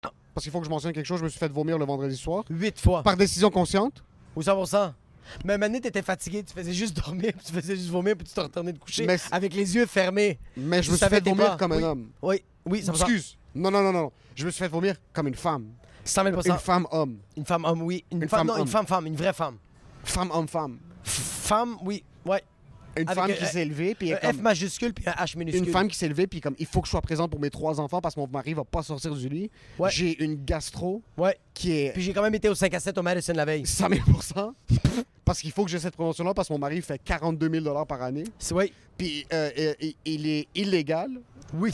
Parce qu'il faut que je mentionne quelque chose, je me suis fait vomir le vendredi soir. Huit fois. Par décision consciente. Ou 100%. Mais maintenant, t'étais fatigué, tu faisais juste dormir, puis tu faisais juste vomir, puis tu te retournais te coucher Mais c'est- avec les yeux fermés. Mais je Tu me suis savais fait tes vomir pas. comme un Oui. homme. Oui, oui, 100%. Excuse. Non, non, non, non. Je me suis fait vomir comme une femme. 100 000 Une femme homme. Une femme homme, oui. Une, Une femme, femme non, homme. une femme, femme, une vraie femme. Femme homme femme. Femme, oui, ouais. Une Avec femme un- qui s'est levée puis elle Un est comme- Euh, F majuscule puis un H minuscule. une femme qui s'est levée puis comme il faut que je sois présent pour mes trois enfants parce que mon mari va pas sortir du lit. Ouais. J'ai une gastro Ouais. qui est Puis j'ai quand même été au 5 à 7 au Madison la veille. 100 000 parce qu'il faut que j'ai cette promotion-là parce que mon mari fait 42 000 par année. C'est- Oui. Puis euh, euh, il- il est illégal. Oui.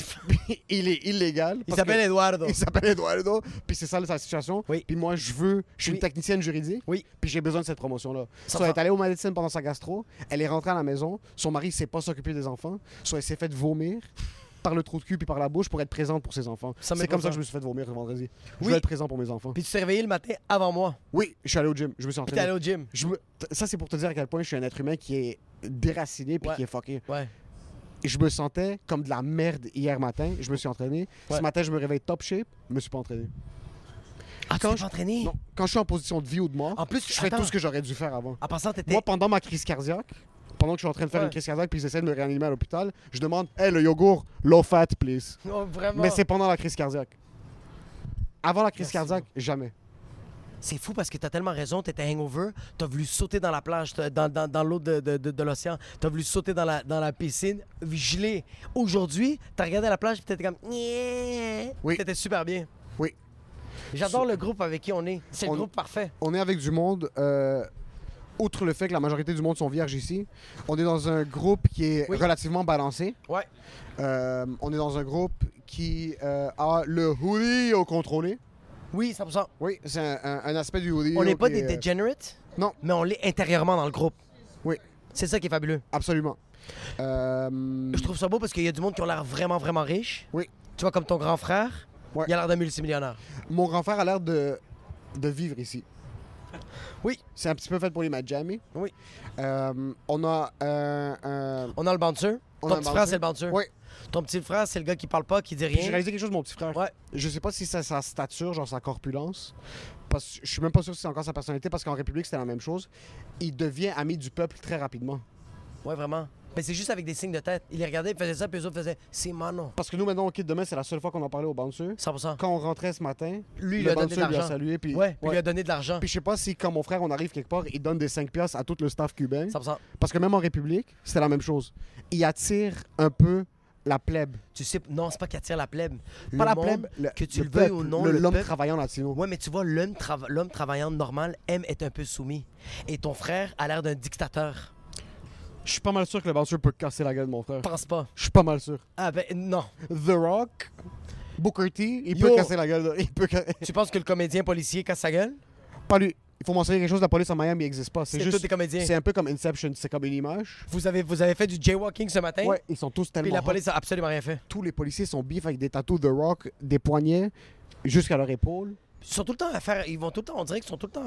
il est illégal. Il parce que- s'appelle Eduardo. Il s'appelle Eduardo. Puis c'est ça la situation. Oui. Puis moi, je veux. Je suis Oui. une technicienne juridique. Oui. Puis j'ai besoin de cette promotion-là. Ça Soit elle prend- est allée au médecin pendant sa gastro. Elle est rentrée à la maison. Son mari ne sait pas s'occuper des enfants. Soit elle s'est faite vomir par le trou de cul puis par la bouche pour être présente pour ses enfants. Ça C'est m'étonne comme ça pas. que je me suis fait vomir vendredi. Je Oui. veux être présent pour mes enfants. Puis tu t'es réveillé le matin avant moi. Oui, je suis allé au gym. Je me suis Puis t'es allé entraîné. au gym. Je me- t- Ça, c'est pour te dire à quel point je suis un être humain qui est déraciné puis Ouais. qui est fucké. Ouais. Je me sentais comme de la merde hier matin. Je me suis entraîné. Ouais. Ce matin, je me réveille top shape. Je me suis pas entraîné. Ah, tu Quand t'es je- pas entraîné? Non, quand je suis en position de vie ou de mort, En plus, je fais attends. tout ce que j'aurais dû faire avant. En passant, t'étais. Moi, pendant ma crise cardiaque, pendant que je suis en train de faire Ouais. une crise cardiaque puis ils essaient de me réanimer à l'hôpital, je demande Hey, le yogourt, low fat, please. Non, vraiment. Mais c'est pendant la crise cardiaque. Avant la crise cardiaque, jamais. C'est fou parce que t'as tellement raison, t'étais hangover, t'as voulu sauter dans la plage, t'as- dans, dans, dans l'eau de, de, de, de l'océan, t'as voulu sauter dans la, dans la piscine, gelé. Aujourd'hui, t'as regardé la plage et t'étais comme... Oui. T'étais super bien. Oui. J'adore le groupe avec qui on est. C'est On- le groupe parfait. On est avec du monde. euh, Outre le fait que la majorité du monde sont vierges ici, on est dans un groupe qui est Oui. relativement balancé. Ouais. Euh, on est dans un groupe qui euh, a le hoodie au contrôlé. Oui, 100%. Oui, c'est un, un- un aspect du hoodie. On n'est pas qui des est- degenerates, euh, Non. mais on l'est intérieurement dans le groupe. Oui, C'est ça qui est fabuleux. absolument. Euh, Je trouve ça beau parce qu'il y a du monde qui ont l'air vraiment, vraiment riche. Oui. Tu vois, comme ton grand frère, Ouais. il a l'air d'un multimillionnaire. Mon grand frère a l'air de, de vivre ici. Oui. C'est un petit peu fait pour les Majami. Oui. Euh, on a un. un- On a le bouncer. On a ton un petit frère, bouncer. c'est le bouncer. Oui. Ton petit frère, c'est le gars qui parle pas, qui dit Puis J'ai rien. réalisé quelque chose, mon petit frère. Ouais. Je sais pas si c'est sa stature, genre sa corpulence. Parce que je suis même pas sûr si c'est encore sa personnalité, parce qu'en République, c'était la même chose. Il devient ami du peuple très rapidement. Ouais, vraiment. Mais c'est juste avec des signes de tête. Il les regardait, il faisait ça, puis les autres faisaient c'est mano. Parce que nous, maintenant, on quitte demain, c'est la seule fois qu'on en parlait au bouncer. 100%. Quand on rentrait ce matin, Lui, il le a donné de bouncer lui a l'argent. salué. Puis, Ouais, puis il Ouais. lui a donné de l'argent. Puis je sais pas si, quand mon frère, on arrive quelque part, il donne des 5 piastres à tout le staff cubain. 100%. Parce que même en République, c'est la même chose. Il attire un peu la plèbe. Tu sais, non, c'est pas qu'il attire la plèbe. Le Pas la monde, plèbe, le- que tu le, le veuilles ou peuple, non, le- le l'homme peuple- travaillant latino. Ouais, mais tu vois, l'homme trava- l'homme travaillant normal aime être un peu soumis. Et ton frère a l'air d'un dictateur. Je suis pas mal sûr que le bouncer peut casser la gueule de mon frère. Pense pas. Je suis pas mal sûr. Ah ben non. The Rock, Booker T, il Yo. peut casser la gueule. de- Il peut ca- Tu penses que le comédien policier casse sa gueule? Pas lui. Il faut mentionner quelque chose, la police en Miami n'existe pas. C'est C'est juste. tous des comédiens. C'est un peu comme Inception, c'est comme une image. Vous avez, vous avez fait du jaywalking ce matin? Ouais, ils sont tous tellement. Hein? Puis la hot. police a absolument rien fait. Tous les policiers sont bifs avec des tatous The Rock, des poignets, jusqu'à leur épaule. Ils sont tout le temps à faire. Ils vont tout le temps, on dirait qu'ils sont tout le temps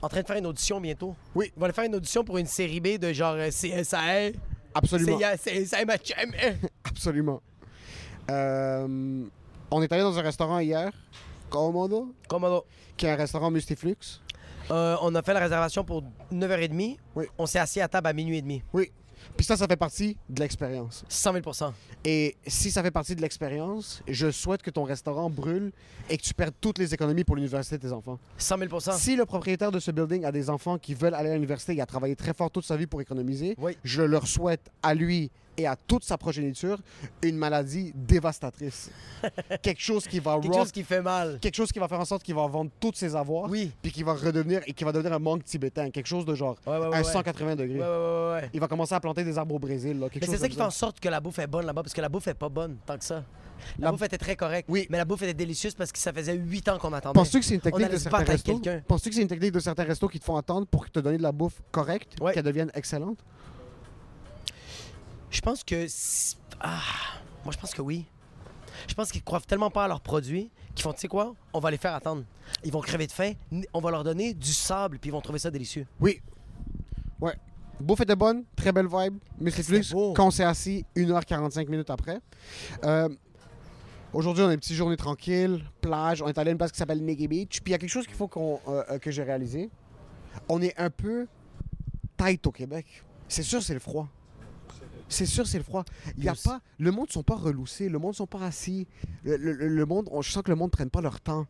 en train de faire une audition bientôt. Oui. Ils vont aller faire une audition pour une série B de genre euh, CSI. Absolument. CSI, CSI, ma chum. Absolument. Euh, on est allé dans un restaurant hier, Comodo, Commando. qui est un restaurant Mustiflux. Euh, on a fait la réservation pour 9h30. Oui. On s'est assis à table à minuit et demi. Oui. Puis ça, ça fait partie de l'expérience. 100 000 Et si ça fait partie de l'expérience, je souhaite que ton restaurant brûle et que tu perdes toutes les économies pour l'université de tes enfants. 100 000 Si le propriétaire de ce building a des enfants qui veulent aller à l'université et a travaillé très fort toute sa vie pour économiser, Oui. je leur souhaite à lui et à toute sa progéniture une maladie dévastatrice. Quelque chose qui va Quelque rock chose qui fait mal. quelque chose qui va faire en sorte qu'il va vendre tous ses avoirs, Oui. puis qu'il va redevenir et qu'il va devenir un manque tibétain, quelque chose de genre Ouais, ouais, ouais, un ouais. 180 degrés. Ouais, ouais, ouais, ouais. Il va commencer à planter des arbres au Brésil, là, quelque Mais c'est chose ça comme qui fait en sorte que la bouffe est bonne là-bas, parce que la bouffe est pas bonne tant que ça. La, La- bouffe était très correcte, Oui. mais la bouffe était délicieuse parce que ça faisait 8 ans qu'on attendait. Penses-tu que c'est une On technique allait de se certains battre avec restos quelqu'un. Penses-tu que c'est une technique de certains restos qui te font attendre pour te donner de la bouffe correcte, Ouais. qu'elle devienne excellente Je pense que. si- Ah, moi, je pense que oui. Je pense qu'ils croient tellement pas à leurs produits qu'ils font, tu sais quoi, on va les faire attendre. Ils vont crever de faim, n- on va leur donner du sable, puis ils vont trouver ça délicieux. Oui. Ouais. Bouffe était bonne, très belle vibe. Mais c'est plus beau. quand on s'est assis 1h45 minutes après. Euh, Aujourd'hui, on a une petite journée tranquille, plage. On est allé à une place qui s'appelle Negi Beach. Puis il y a quelque chose qu'il faut qu'on, euh, euh, que j'ai réalisé. On est un peu tight au Québec. C'est sûr, c'est le froid. C'est sûr, c'est le froid. Il y a pas, le monde ne sont pas reloussés, le monde ne sont pas assis. Le, le- le- le monde, on, je sens que le monde ne prenne pas leur temps.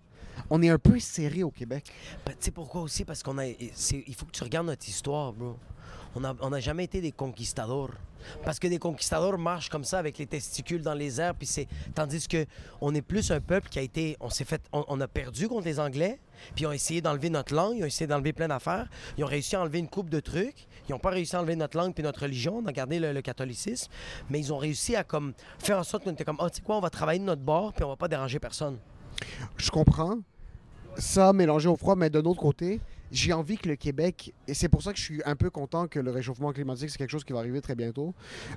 On est un peu serré au Québec. Ben, tu sais pourquoi aussi? Parce qu'on a. c'est- Il faut que tu regardes notre histoire, bro. on n'a on a jamais été des conquistadors. Parce que des conquistadors marchent comme ça avec les testicules dans les airs, puis c'est tandis que on est plus un peuple qui a été, on s'est fait, on, on a perdu contre les Anglais, puis ils ont essayé d'enlever notre langue, ils ont essayé d'enlever plein d'affaires, ils ont réussi à enlever une coupe de trucs, ils n'ont pas réussi à enlever notre langue puis notre religion, on a gardé le, le catholicisme, mais ils ont réussi à comme faire en sorte qu'on était comme, ah tu sais quoi, on va travailler de notre bord puis on va pas déranger personne. Je comprends. Ça, mélangé au froid, mais d'un autre côté, j'ai envie que le Québec, et c'est pour ça que je suis un peu content que le réchauffement climatique, c'est quelque chose qui va arriver très bientôt.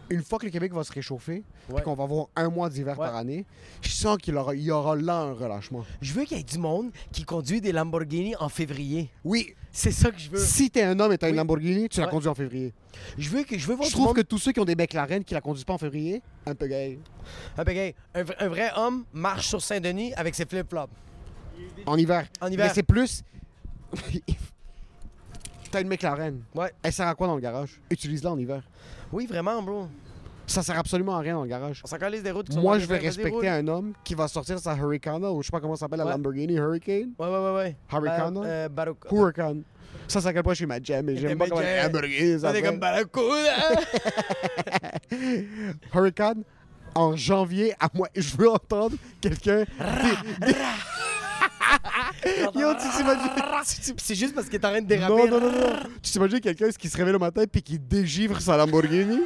Une fois que le Québec va se réchauffer, puis qu'on va avoir un mois d'hiver par année, je sens qu'il aura- il y aura là un relâchement. Je veux qu'il y ait du monde qui conduit des Lamborghini en février. Oui. C'est ça que je veux. Si t'es un homme et t'as une Oui. Lamborghini, tu la Ouais. conduis en février. Je veux que je veux voir Je du trouve monde- que tous ceux qui ont des McLaren qui la conduisent pas en février, un peu gay. Ah, ben, hey, un, vrai- un vrai homme marche sur Saint-Denis avec ses flip-flops. En hiver. En hiver. Mais c'est plus. T'as une McLaren. Ouais. Elle sert à quoi dans le garage Utilise-la en hiver. Oui, vraiment, bro. Ça sert absolument à rien dans le garage. On s'en calisse des routes qui sont Moi, dans je le vais fer, vas-y, respecter roule. un homme qui va sortir sa Hurricane ou je sais pas comment ça s'appelle, la Ouais. Lamborghini Hurricane. Ouais, ouais, ouais, ouais. Hurricane? Ba- euh, Baroque- Hurricane. Ça, c'est à quel point je suis ma jam et j'aime Mais pas comment Jay, Lamborghini ça on est fait. comme Barracuda. Hurricane en janvier à moi. Je veux entendre quelqu'un. Yo, tu t'imagines. Puis C'est juste parce qu'il est en train de Non, déraper. non, non, non. Tu t'imagines quelqu'un qui se réveille le matin puis qui dégivre sa Lamborghini?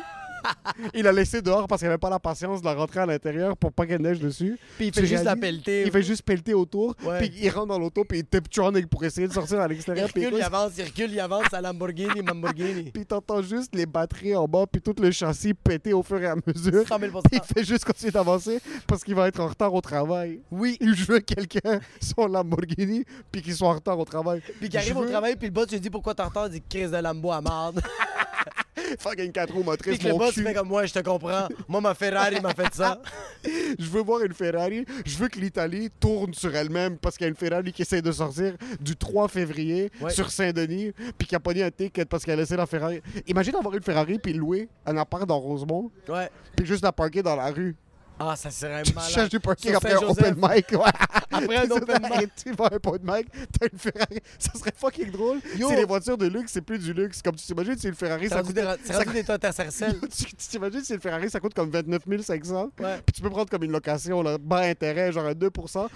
Il l'a laissé dehors parce qu'il n'avait pas la patience de la rentrer à l'intérieur pour pas qu'elle neige dessus. Puis il Tu fait juste la réalises- pelleter. Il fait juste pelleter autour. Ouais. Puis il rentre dans l'auto puis il tape Tronic pour essayer de sortir à Il l'extérieur. Puis recule, il avance, il recule, il avance à Lamborghini, Lamborghini. puis t'entends juste les batteries en bas puis tout le châssis péter au fur et à mesure. 100 000 Puis il fait juste continuer d'avancer parce qu'il va être en retard au travail. Oui. Il veut quelqu'un son Lamborghini puis qu'il soit en retard au travail. Puis qui arrive Je au veux travail, puis le boss lui dit pourquoi t'es en retard, il dit crise de Lambo à marde. Fucking 4 roues Puis motrices, que le mon boss cul. fait comme moi, je te comprends. Moi, ma Ferrari m'a fait ça. Je veux voir une Ferrari. Je veux que l'Italie tourne sur elle-même parce qu'il y a une Ferrari qui essaie de sortir du 3 février Ouais. sur Saint-Denis puis qui a pogné un ticket parce qu'elle a laissé la Ferrari. Imagine avoir une Ferrari puis louer un appart dans Rosemont Ouais. puis juste la parquer dans la rue. Ah, ça serait Tu malade. cherches du parking Sur après un Saint-Joseph. open mic. ouais. Après un Tu open sais, mic. Tu vas à un open mic, t'as une Ferrari. Ça serait fucking drôle. Yo. Si les voitures de luxe, c'est plus du luxe. Comme tu t'imagines, si une Ferrari, C'est ça rendu, coûte... des, c'est rendu des totes à sarcelles. Tu tu t'imagines si une Ferrari ça coûte comme 29 500 Ouais. Puis tu peux prendre comme une location, là, bas intérêt, genre à 2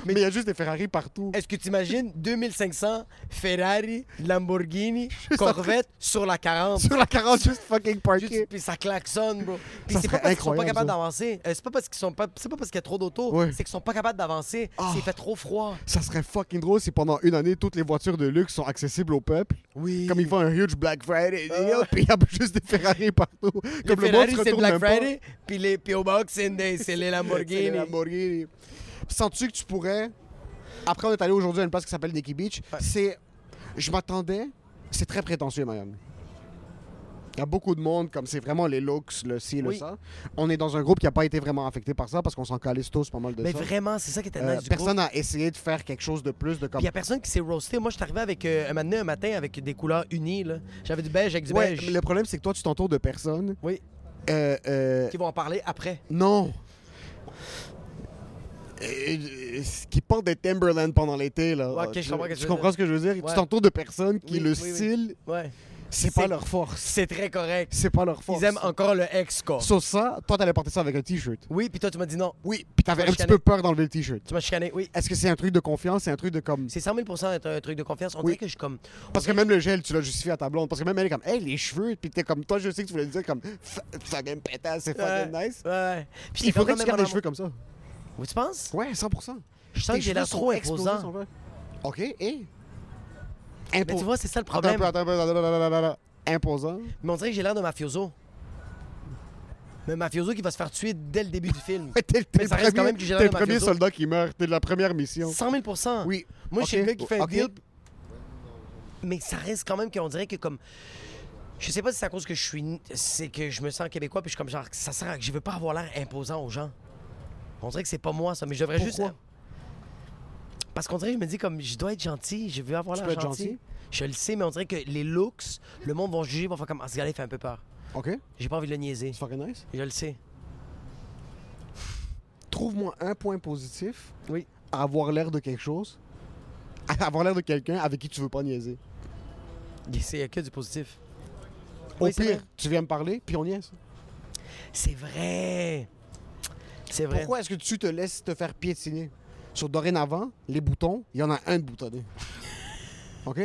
Mais il y a juste des Ferrari partout. Est-ce que tu imagines 2500 Ferrari, Lamborghini, Corvette sur la 40? Sur la 40, juste fucking parking. Juste- Puis ça klaxonne, bro. Puis Ça c'est pas parce qu'ils serait sont pas incroyable, capables ça. d'avancer. Euh, c'est pas parce qu'ils sont pas. C'est pas parce qu'il y a trop d'autos. Ouais. C'est qu'ils sont pas capables d'avancer. Ah. C'est fait trop froid. Ça serait fucking drôle si pendant une année, toutes les voitures de luxe sont accessibles au peuple. Oui. Ah. Comme ils font un huge Black Friday, deal, puis il y a juste des Ferrari partout. Les Comme le monde Ferrari, se c'est retourne Black même pas. Friday. Puis, les, puis au Boxing Day, c'est les Lamborghini. C'est les Lamborghini. Sens-tu que tu pourrais. Après, on est allé aujourd'hui à une place qui s'appelle Nikki Beach. C'est. Je m'attendais. C'est très prétentieux, Miami. Il y a beaucoup de monde, comme c'est vraiment les looks, le ci, le Oui. ça. On est dans un groupe qui n'a pas été vraiment affecté par ça parce qu'on s'en calisse tous pas mal de Mais ça. vraiment, c'est ça qui était Euh, nice du groupe. personne n'a essayé de faire quelque chose de plus de comme. Il y a personne qui s'est roasté. Moi, je suis arrivé avec euh, un matin, un matin avec des couleurs unies. là. J'avais du beige avec du Ouais, beige. mais le problème, c'est que toi, tu t'entoures de personnes. Oui, euh, euh, qui vont en parler après. Non. Euh, euh, qui portent des Timberland pendant l'été, là. Ouais, ok, Tu- je comprends ce que tu tu veux comprends dire. ce que je veux dire? Ouais. Tu t'entoures de personnes qui, Oui, le oui, oui. style, Ouais. c'est pas C'est- leur force. C'est très correct. C'est pas leur force. Ils aiment encore le ex quoi. Sauf ça, toi, t'allais porter ça avec un T-shirt. Oui, puis toi, tu m'as dit non. Oui, puis Moi, t'avais un je petit connais. peu peur d'enlever le T-shirt. Tu m'as chicané, oui. Est-ce que c'est un truc de confiance? C'est un truc de comme... C'est 100 000 d'être un truc de confiance. On Oui. dirait que je suis comme. Parce que même le gel, tu l'as justifié à ta blonde. Parce que même elle est comme, hey, les cheveux. Puis t'es comme, toi, je sais que tu voulais dire comme, F- fucking pétasse, c'est fucking Ouais, nice. Ouais. Puis Il j'étais faudrait content même que tu gardes en les amour. cheveux comme ça. Oui, tu penses? Ouais, 100%. Je sens Tes que j'ai cheveux l'air sont trop explosés, imposant. sont vrais. OK, et... Mais tu vois, c'est ça le Attends un problème. peu, attends un peu, attends, attends, attends, attends, attends. Imposant. Mais on dirait que j'ai l'air de mafioso. Mais mafioso qui va se faire tuer dès le début du film. T'es le Mais ça reste quand même que j'ai l'air t'es le d'un premier mafioso. soldat qui meurt. T'es de la première mission. 100 000 Oui. Moi, je suis Ok. le gars qui fait un Ok. deal. Mais ça reste quand même qu'on dirait que comme. Je sais pas si c'est à cause que je suis. C'est que je me sens québécois, puis je suis comme genre. Ça sert à. Je veux pas avoir l'air imposant aux gens. On dirait que c'est pas moi, ça, mais je devrais juste. Pourquoi? Parce qu'on dirait que je me dis comme. Je dois être gentil, je veux avoir Tu l'air peux être gentil. gentil. Je le sais, mais on dirait que les looks, le monde va juger, va faire comme. Ah, ce gars-là, il fait un peu peur. OK. J'ai pas envie de le niaiser. C'est fucking nice. Je le sais. Trouve-moi un point positif Oui. à avoir l'air de quelque chose. À avoir l'air de quelqu'un avec qui tu veux pas niaiser. Il y a que du positif. Au Oui, c'est pire, vrai. tu viens me parler, puis on y est. C'est vrai. C'est vrai. Pourquoi est-ce que tu te laisses te faire piétiner? Sur dorénavant, les boutons, il y en a un de boutonné. OK?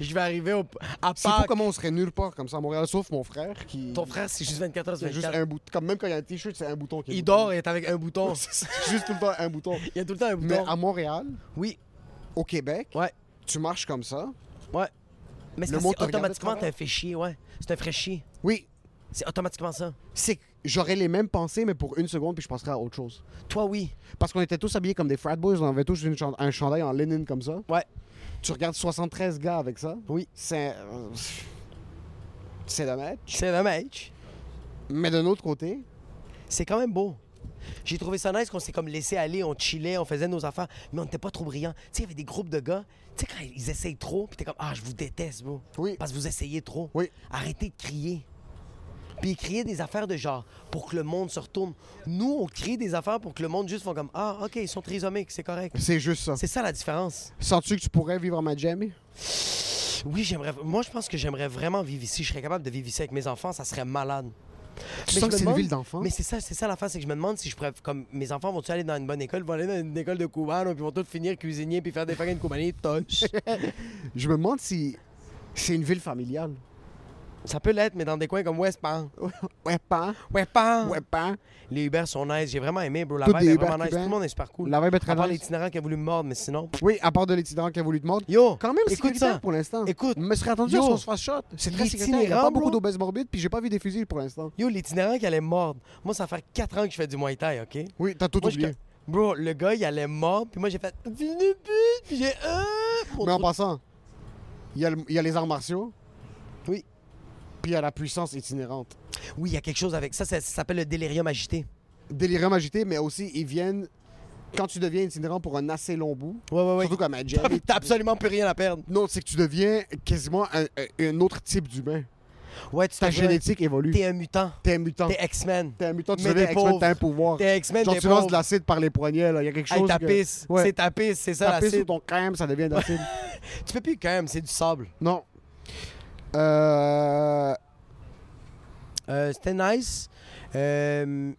Je vais arriver au, à C'est fou Pâques. comment on serait nulle part comme ça à Montréal, sauf mon frère qui. Ton frère, c'est juste 24 Il y a h juste 24. un bouton. Comme même quand il y a un t-shirt, c'est un bouton qui est Il boutonné. dort et est avec un bouton. C'est juste tout le temps un bouton. Il y a tout le temps un Mais bouton. à Montréal, Oui. au Québec, Ouais. tu marches comme ça. Ouais. Mais c'est Le parce monde que te regarde de automatiquement, t'as travers. un fait chier, ouais. C'est un fait chier. Oui, C'est automatiquement ça. c'est que j'aurais les mêmes pensées, mais pour une seconde, puis je penserais à autre chose. Toi, oui. Parce qu'on était tous habillés comme des frat boys, on avait tous une chan- un chandail en Lenin comme ça. Ouais. Tu regardes 73 gars avec ça. Oui. C'est. euh, C'est dommage. C'est dommage. Mais d'un autre côté, C'est quand même beau. J'ai trouvé ça nice qu'on s'est comme laissé aller, on chillait, on faisait nos affaires, mais on n'était pas trop brillants. Tu sais, il y avait des groupes de gars, tu sais, quand ils essayent trop, puis t'es comme, ah, je vous déteste, bro. Oui. Parce que vous essayez trop. Oui. Arrêtez de crier. Puis ils criaient des affaires de genre pour que le monde se retourne. Nous, on crie des affaires pour que le monde juste font comme, ah, OK, ils sont trisomiques, c'est correct. c'est juste ça. C'est ça la différence. Sens-tu que tu pourrais vivre en Miami? Oui, j'aimerais. Moi, je pense que j'aimerais vraiment vivre ici. Je serais capable de vivre ici avec mes enfants. Ça serait malade. Mais Tu je sens me que c'est une demande- ville d'enfants? Mais c'est ça, c'est ça l'affaire, c'est que je me demande si je pourrais, comme mes enfants vont-tu aller dans une bonne école, Ils vont aller dans une école de cubano, puis ils vont tous finir cuisiniers, puis faire des farines cubanées, touch. Je me demande si c'est une ville familiale. ça peut l'être, mais dans des coins comme West Palm. Ouais, pas. West Palm. Ouais, pas. Les Uber sont nice, j'ai vraiment aimé, bro. La Toutes vibe des est Uber vraiment nice, tout cubains. le monde est super cool. La vibe est À très part nice. l'itinérant qui a voulu me mordre, mais sinon. Oui, à part de l'itinérant qui a voulu te mordre. Yo, Quand même, écoute sécuritaire ça. pour l'instant. Écoute, Je me serais attendu yo, à ce qu'on se fasse shot. C'est très sécuritaire. Il n'y a l'itinérant, pas bro. beaucoup d'obèses morbides, puis j'ai pas vu des fusils pour l'instant. Yo, l'itinérant qui allait me mordre. Moi, ça fait 4 ans que je fais du Muay Thai, OK? Oui, t'as tout Moi, oublié. j'étais- Bro, le gars, il allait mort, puis moi, j'ai fait. Venez, pute! Puis j'ai. Ah! Mon Mais en trou- passant, il y, a le- il y a les arts martiaux. Oui. Puis il y a la puissance itinérante. Oui, il y a quelque chose avec ça, ça, ça s'appelle le délirium agité. Délirium agité, mais aussi, ils viennent. Quand tu deviens itinérant pour un assez long bout, Ouais, ouais, ouais. surtout comme à T'as- Jerry. T'as absolument plus rien à perdre. Non, c'est que tu deviens quasiment un, un- un autre type d'humain. Ouais, tu Ta t'as génétique Ah. évolue. T'es un mutant. T'es un mutant. T'es X-Men. T'es un mutant, tu Mais deviens t'es X-Men, t'as un pauvre. pouvoir. T'es X-Men, Genre, t'es tu lances pauvre. de l'acide par les poignets, là. Il y a quelque Hey, chose. ta que- pisse. Ouais. C'est ta pisse, c'est ça Ta la pisse ou cible. ton crème, ça devient de l'acide. Tu peux plus quand même, c'est du sable. non. Euh. Euh, C'était nice. Euh,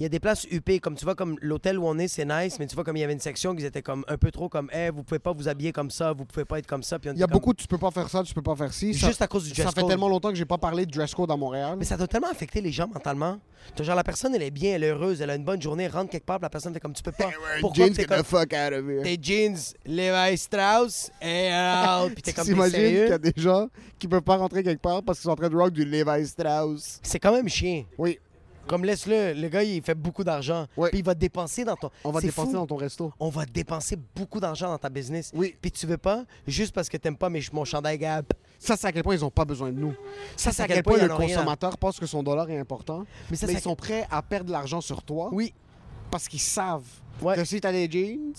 Il y a des places UP, comme tu vois, comme l'hôtel où on est, c'est nice, mais tu vois, comme il y avait une section qui était comme un peu trop comme, eh, vous pouvez pas vous habiller comme ça, vous pouvez pas être comme ça. Puis on Il y a était comme- beaucoup de tu peux pas faire ça, tu peux pas faire ci. Ça- Juste à cause du dress Ça fait code. tellement longtemps que j'ai pas parlé de dress code à Montréal. Mais ça doit tellement affecter les gens mentalement. T'as genre, la personne, elle est bien, elle est heureuse, elle a une bonne journée, elle rentre quelque part, puis la personne fait comme, tu peux pas. Pourquoi Puis Jeans, t'es get comme, the fuck out of here. tes jeans, Levi Strauss, et out. Puis t'es Tu comme, t'es T'imagines qu'il y a sérieux? des gens qui peuvent pas rentrer quelque part parce qu'ils sont en train de rock du Levi Strauss. C'est quand même chiant. Oui, Comme laisse-le, le gars, il fait beaucoup d'argent. Ouais. Puis il va dépenser dans ton. on va C'est dépenser fou. dans ton resto. On va dépenser beaucoup d'argent dans ta business. Oui. Puis tu veux pas, juste parce que t'aimes pas mes, mon chandail Gap. Ça, c'est à quel point ils ont pas besoin de nous. Ça, c'est à quel, ils point, en le ont rien. consommateur pense que son dollar est important. Mais Mais, ça, c'est à ils sont prêts à perdre de l'argent sur toi Oui. parce qu'ils savent Ouais. que si t'as des jeans,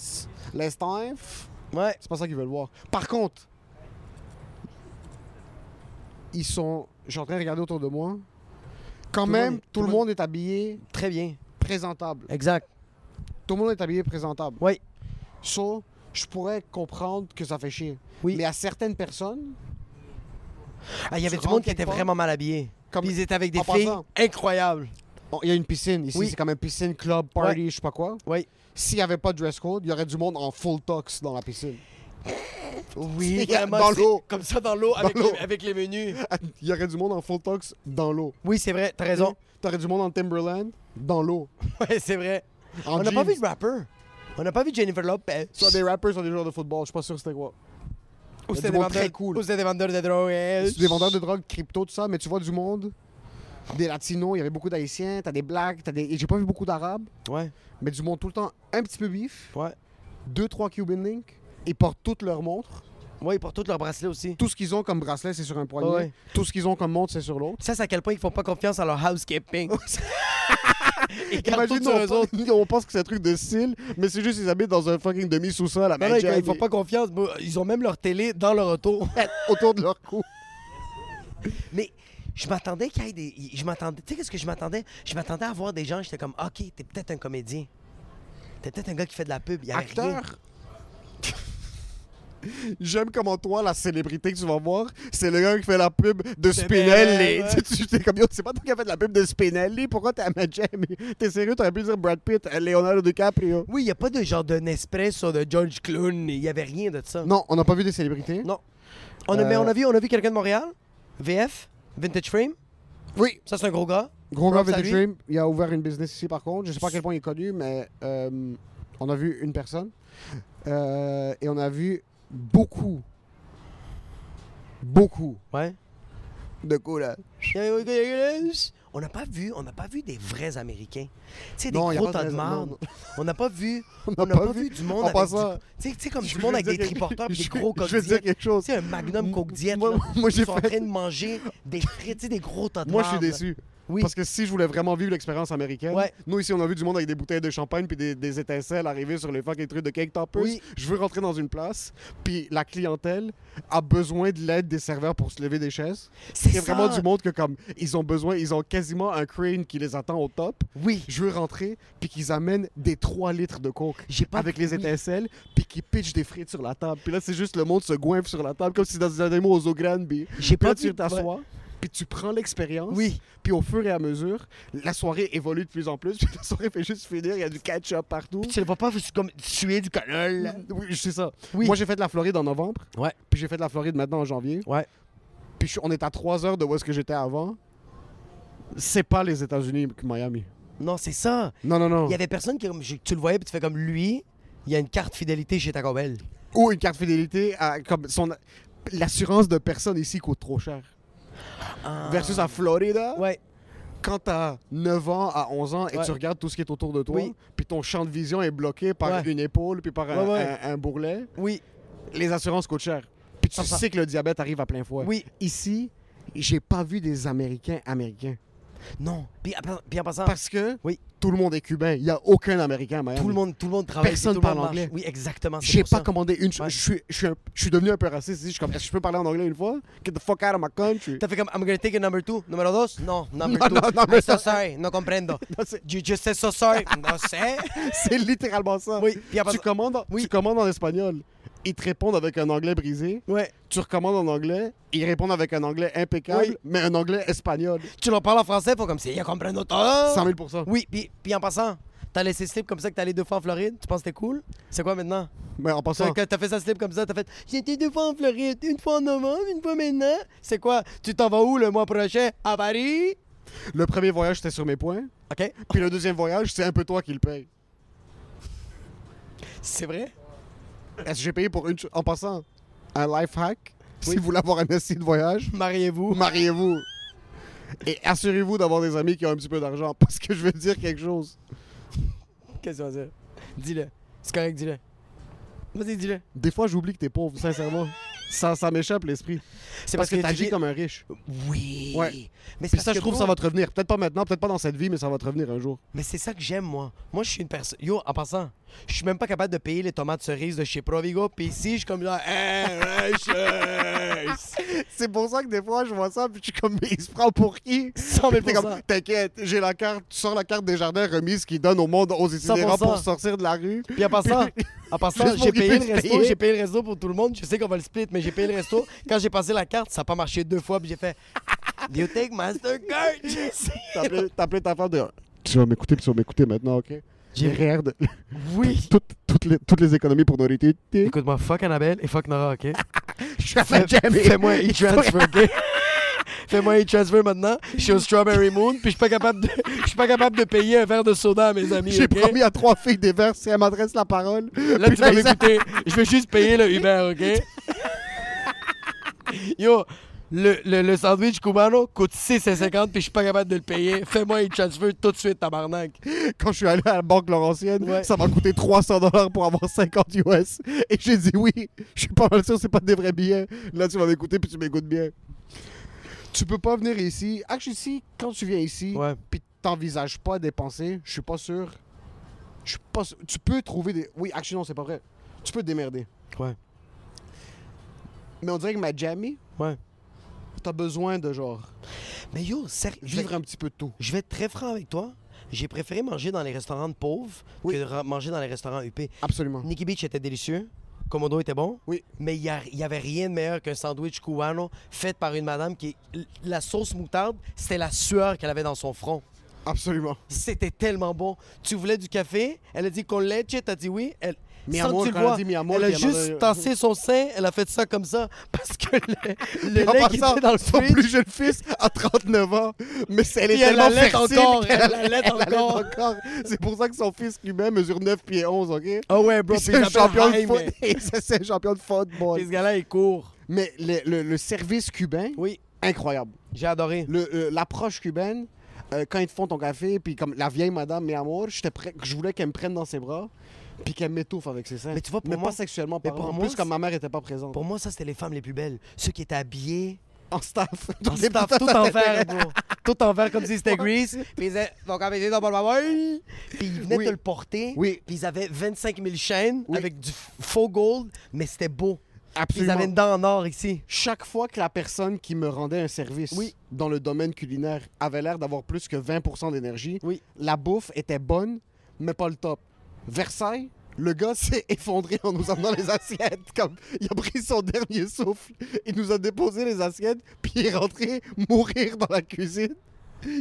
les staffs, Ouais. C'est pas ça qu'ils veulent voir. Par contre, ils sont. Je suis en train de regarder autour de moi. Quand Tout le même, monde est- tout le monde est habillé Très bien. présentable. Exact. Tout le monde est habillé présentable. Oui. So, je pourrais comprendre que ça fait chier. Oui. Mais à certaines personnes, Ah, il y avait Tu du monde rentres qui était quelque part, vraiment mal habillé. comme- Puis ils étaient avec des en filles passant. incroyables. on- il y a une piscine. Ici, Oui. c'est comme une piscine, club, party, je sais pas quoi. Oui. S'il n'y avait pas de dress code, il y aurait du monde en full tox dans la piscine. Oui, vraiment, Dans c'est- l'eau. Comme ça, dans l'eau, avec, l'eau. les- avec les menus. il y aurait du monde en full tox dans l'eau. Hmm? Oui, c'est vrai, t'as raison. T'aurais du monde en Timberland dans l'eau. Ouais, c'est vrai. En On n'a pas jeans. vu de rapper. On n'a pas vu Jennifer Lopez. Soit des rappers, soit des joueurs de football. Je suis pas sûr c'était quoi. Ou Il y a c'était du des, monde vendeurs- très cool. ou c'était des vendeurs de drogue. C'est des vendeurs de drogue, crypto, tout ça, mais tu vois du monde. Des latinos, il y avait beaucoup d'haïtiens, t'as des blacks, t'as des. et J'ai pas vu beaucoup d'arabes, Ouais, mais du monde tout le temps un petit peu bif, ouais. deux, trois Cuban Link. Ils portent toutes leurs montres. Ouais, ils portent tous leurs bracelets aussi. Tout ce qu'ils ont comme bracelet, c'est sur un poignet. Ouais. Tout ce qu'ils ont comme montre, c'est sur l'autre. Ça, c'est à quel point ils font pas confiance à leur housekeeping. ils gardent tout Imagine, sur eux autres. on, on pense que c'est un truc de style, mais c'est juste qu'ils habitent dans un fucking demi-sous-sol à Non, non, ils, Manhattan, ils font pas confiance. bro. Ils ont même leur télé dans leur auto. autour de leur cou. Mais je m'attendais qu'il y ait des. Je m'attendais. Tu sais, qu'est-ce que je m'attendais? Je m'attendais à voir des gens, j'étais comme, OK, t'es peut-être un comédien. T'es peut-être un gars qui fait de la pub. Il y avait rien. Acteur. J'aime comment toi, la célébrité que tu vas voir, c'est le gars qui fait la pub de Spinelli, Spinelli. ouais. Tu sais, tu- t'es comme, yo, c'est pas toi qui as fait la pub de Spinelli. Pourquoi t'es à ma T'es sérieux, t'aurais pu dire Brad Pitt, euh, Leonardo DiCaprio. Oui, il n'y a pas de genre de Nespresso, de George Clooney. Il n'y avait rien de ça. Non, on n'a pas vu des célébrités. Non. On a, Euh, mais on a vu, on a vu quelqu'un de Montréal, VF, Vintage Frame. Oui. Ça, c'est un gros gars. Gros Props Rob à the lui. Dream, il a ouvert une business ici par contre. Je sais pas à quel point il est connu, mais euh, on a vu une personne. Euh, et on a vu beaucoup, beaucoup Ouais. de hein. coups là. On n'a pas vu, on n'a pas vu des vrais Américains. Tu sais, des Non, y a gros pas de tas de vrais- non, marde. non. On n'a pas vu, On on n'a pas, vu du monde en avec du- passant, tu sais- tu sais, comme je du vais monde avec dire des quelque- triporteurs puis des je- gros coques Je vais dire diètes. quelque chose. Tu sais, un magnum coke diète. Moi- là. moi, j'ai Ils sont en fait- train de manger des frites, tu sais, des gros tas de Moi, je suis marde. déçu. Oui. Parce que si je voulais vraiment vivre l'expérience américaine, Ouais. nous ici on a vu du monde avec des bouteilles de champagne puis des, des étincelles arriver sur les fucking trucs de cake toppers. Oui. Je veux rentrer dans une place, puis la clientèle a besoin de l'aide des serveurs pour se lever des chaises. C'est Il y a vraiment ça. du monde que comme ils ont besoin, ils ont quasiment un crane qui les attend au top. Oui. Je veux rentrer puis qu'ils amènent des 3 litres de coke J'ai pas- avec les oui. étincelles puis qu'ils pitchent des frites sur la table. Puis là c'est juste le monde se goinfre sur la table comme si dans des animaux aux eaux grandes. Puis J'ai puis là, pas tu vu- t'assois puis tu prends l'expérience. Oui. Puis au fur et à mesure, la soirée évolue de plus en plus. Puis la soirée fait juste finir. Il y a du ketchup partout. Tu ne vas pas c'est comme suer du canal. Oui, c'est ça. Oui. Moi, j'ai fait de la Floride en novembre. Ouais. Puis j'ai fait de la Floride maintenant en janvier. Ouais. Puis je suis- on est à 3 heures de où est-ce que j'étais avant. C'est pas les États-Unis que Miami. Non, c'est ça. Non, non, non. Il y avait personne qui. comme, je- Tu le voyais, puis tu fais comme lui, il y a une carte fidélité chez Taco Bell. Ou une carte fidélité à comme son l'assurance de personne ici coûte trop cher. Versus à Florida, Ah. Ouais. quand t'as 9 ans à 11 ans et Ouais. tu regardes tout ce qui est autour de toi, Oui. puis ton champ de vision est bloqué par Ouais. une épaule puis par un, Ouais, ouais. un- un bourrelet, Oui. les assurances coûtent cher. Puis tu Ça, ça- sais que le diabète arrive à plein fouet. Oui. Ici, j'ai pas vu des Américains américains. Non. Puis, en- puis en passant, Parce que Ah. Oui. tout le monde est cubain. Il n'y a aucun Américain à Miami. tout le monde, tout le monde travaille. puis Personne tout le monde parle marche. anglais. Oui, exactement. c'est J'ai pour pas ça. commandé une. ch- Ouais. Je suis- je suis un- je suis devenu un peu raciste. ici. Je suis comme, est-ce que je peux parler en anglais une fois? Get the fuck out of my country. T'as fait comme, I'm gonna take a number two. Numéro dos? Non, number Non, two. non, number I'm so two. sorry, no comprendo. Non, c'est- You just said so sorry. no sé. C'est littéralement ça. Oui, puis après tu, ça- commandes, en- oui. tu commandes en espagnol. Ils te répondent avec un anglais brisé. Ouais. Tu recommandes en anglais. Ils répondent avec un anglais impeccable, Oui. mais un anglais espagnol. Tu leur parles en français, ils font comme, si, yo comprendo todo. 100 000 Oui, puis, puis en passant, t'as laissé slip comme ça que t'es allé deux fois en Floride. Tu penses que c'était cool? C'est quoi maintenant? Mais en T'as passant, t'as fait ça slip comme ça, t'as fait J'étais deux fois en Floride, une fois en novembre, une fois maintenant. C'est quoi? Tu t'en vas où le mois prochain? À Paris? le premier voyage, c'était sur mes points. OK. Puis le deuxième voyage, c'est un peu toi qui le paye. C'est vrai? Est-ce que j'ai payé pour une chose? En passant, un life hack, si vous voulez avoir un assis de voyage, Mariez-vous. mariez-vous. Et assurez-vous d'avoir des amis qui ont un petit peu d'argent, parce que je vais te dire quelque chose. Qu'est-ce que tu vas dire? Dis-le. C'est correct, dis-le. Vas-y, dis-le. Des fois, j'oublie que t'es pauvre, sincèrement. Ça, ça m'échappe l'esprit. C'est Parce que dit t'agis comme un riche. Oui. Ouais. Mais c'est Puis ça, parce je trouve, que ça moi- va te revenir. Peut-être pas maintenant, peut-être pas dans cette vie, mais ça va te revenir un jour. Mais c'est ça que j'aime, moi. Moi, je suis une personne. Yo, en passant, je suis même pas capable de payer les tomates cerises de chez Provigo. Puis ici, je suis comme là. Hey, riches! C'est pour ça que des fois, je vois ça, puis je suis comme, mais il se prend pour qui? 100 000 Puis t'es comme, T'inquiète, j'ai la carte, tu sors la carte des jardins remise qui donne au monde aux itinérants 100%. pour sortir de la rue. Puis en passant, en passant Juste pour j'ai qu'il payé puisse le resto, payer. j'ai payé le resto pour tout le monde. Je sais qu'on va le split, mais j'ai payé le resto. Quand j'ai passé la carte, ça n'a pas marché deux fois, puis j'ai fait You take Mastercard. T'appelais t'appelais ta femme de. Tu vas m'écouter, puis tu vas m'écouter maintenant, ok? J'ai rire de. oui. Toutes, toutes, les, toutes les économies pour nourriture. Écoute-moi, fuck Annabelle et fuck Nora, ok? je suis à Fais- Fais-moi un e-transfer, ok? Fais-moi un e-transfer maintenant. Je suis au Strawberry Moon, puis je suis pas capable de, je suis pas capable de payer un verre de soda à mes amis. J'ai ok? promis à trois filles des verres si elles m'adressent la parole. Là, tu vas Puis m'écouter. Je vais juste payer le Uber, OK? Yo, le, le, le sandwich cubano coûte 6,50 puis je suis pas capable de le payer. Fais-moi un transfer tout de suite, tabarnak. Quand je suis allé à la banque Laurentienne, Ouais. ça m'a coûté 300 dollars pour avoir 50 US. Et j'ai dit oui, je suis pas mal sûr, c'est pas des vrais billets. Là, tu vas m'écouter puis tu m'écoutes bien. Tu peux pas venir ici. Ah, je ici, quand tu viens ici, Ouais. puis t'envisages pas dépenser, je suis pas sûr. Je suis pas sûr. Tu peux trouver des. Oui, actuellement, non, c'est pas vrai. Tu peux te démerder. Ouais. Mais on dirait que ma jamie, Ouais. t'as besoin de genre Mais yo, sérieux. je vais- vivre un petit peu de tout. Je vais être très franc avec toi. J'ai préféré manger dans les restaurants de pauvres que de ra- manger dans les restaurants huppés. Absolument. Nicky Beach était délicieux. Komodo était bon. Oui. Mais il n'y avait rien de meilleur qu'un sandwich cubano fait par une madame qui. La sauce moutarde, c'était la sueur qu'elle avait dans son front. Absolument. C'était tellement bon. Tu voulais du café? Elle a dit qu'on leche, t'as dit oui. Elle, Mi sans que amor, tu le quand elle vois, a dit mi amor, elle a puis elle m'a juste donné- tassé son sein, elle a fait ça comme ça parce que le, le en lait qui passant, était dans le son fridge, plus jeune fils a 39 ans, mais elle est Puis elle tellement allait fertile encore, qu'elle- elle allait elle allait encore. encore. C'est pour ça que son fils lui-même mesure 9 pieds 11, OK? Ah ouais, bro, Puis puis c'est il un s'appelle champion de Jaime. foot. Ça, c'est un champion de football. puis ce gars-là, il court. Mais le, le- le service cubain, Oui, incroyable. j'ai adoré. Le- euh, L'approche cubaine, euh, quand ils te font ton café, puis comme la vieille madame, mes amours, j'étais prêt- je voulais qu'elle me prenne dans ses bras, puis qu'elle m'étouffe avec ses seins. Mais tu vois, pour mais moi- pas sexuellement, mais par pour en moi, plus, comme ma mère était pas présente. Pour moi, ça, c'était les femmes les plus belles. Ceux qui étaient habillés En staff. en staff, tout en vert, bro. Tout en vert, comme si c'était Grease. Puis ils disaient, donc, abaissez dans bah, Puis ils venaient Oui. te le porter. Oui. Puis ils avaient 25 000 chaînes avec du faux gold, mais c'était beau. Puis Ils Absolument. avaient une dent en or ici. chaque fois que la personne qui me rendait un service Oui. dans le domaine culinaire avait l'air d'avoir plus que 20 d'énergie, Oui. la bouffe était bonne, mais pas le top. Versailles, le gars s'est effondré en nous amenant les assiettes. Comme, il a pris son dernier souffle, il nous a déposé les assiettes, puis il est rentré mourir dans la cuisine.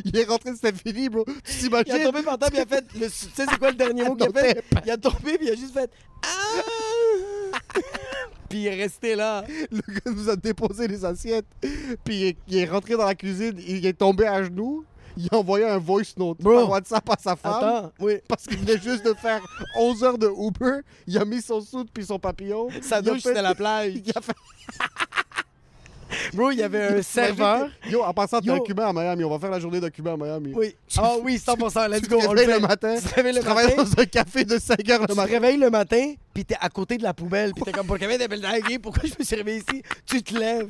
Il est rentré, c'était fini, bro. Tu Il a t'imagines? tombé par terre, puis il a fait. le- tu sais, c'est quoi le dernier mot qu'il a fait? Il a tombé, puis il a juste fait. Ah! puis il est resté là. Le gars nous a déposé les assiettes, puis il est, il est rentré dans la cuisine, il est tombé à genoux, il a envoyé un voice note Bro. par WhatsApp à sa femme. Attends, oui. Parce qu'il venait juste de faire 11 heures de Uber, il a mis son soude puis son papillon. Sa il a douche, fait- c'était la plage. Il a fait Bro, il y avait un serveur. Yo, en passant, t'es Yo. un Cubain à Miami, on va faire la journée d'un Cubain à Miami. Oui. Ah oui, 100%, let's Tu go. te on réveilles fait. le matin, Tu te réveilles le tu travailles matin. dans un café de 5 heures le Tu te matin. réveilles le matin, puis t'es à côté de la poubelle, puis t'es comme, pourquoi t'es dingue? Pourquoi je me suis réveillé ici? Tu te lèves,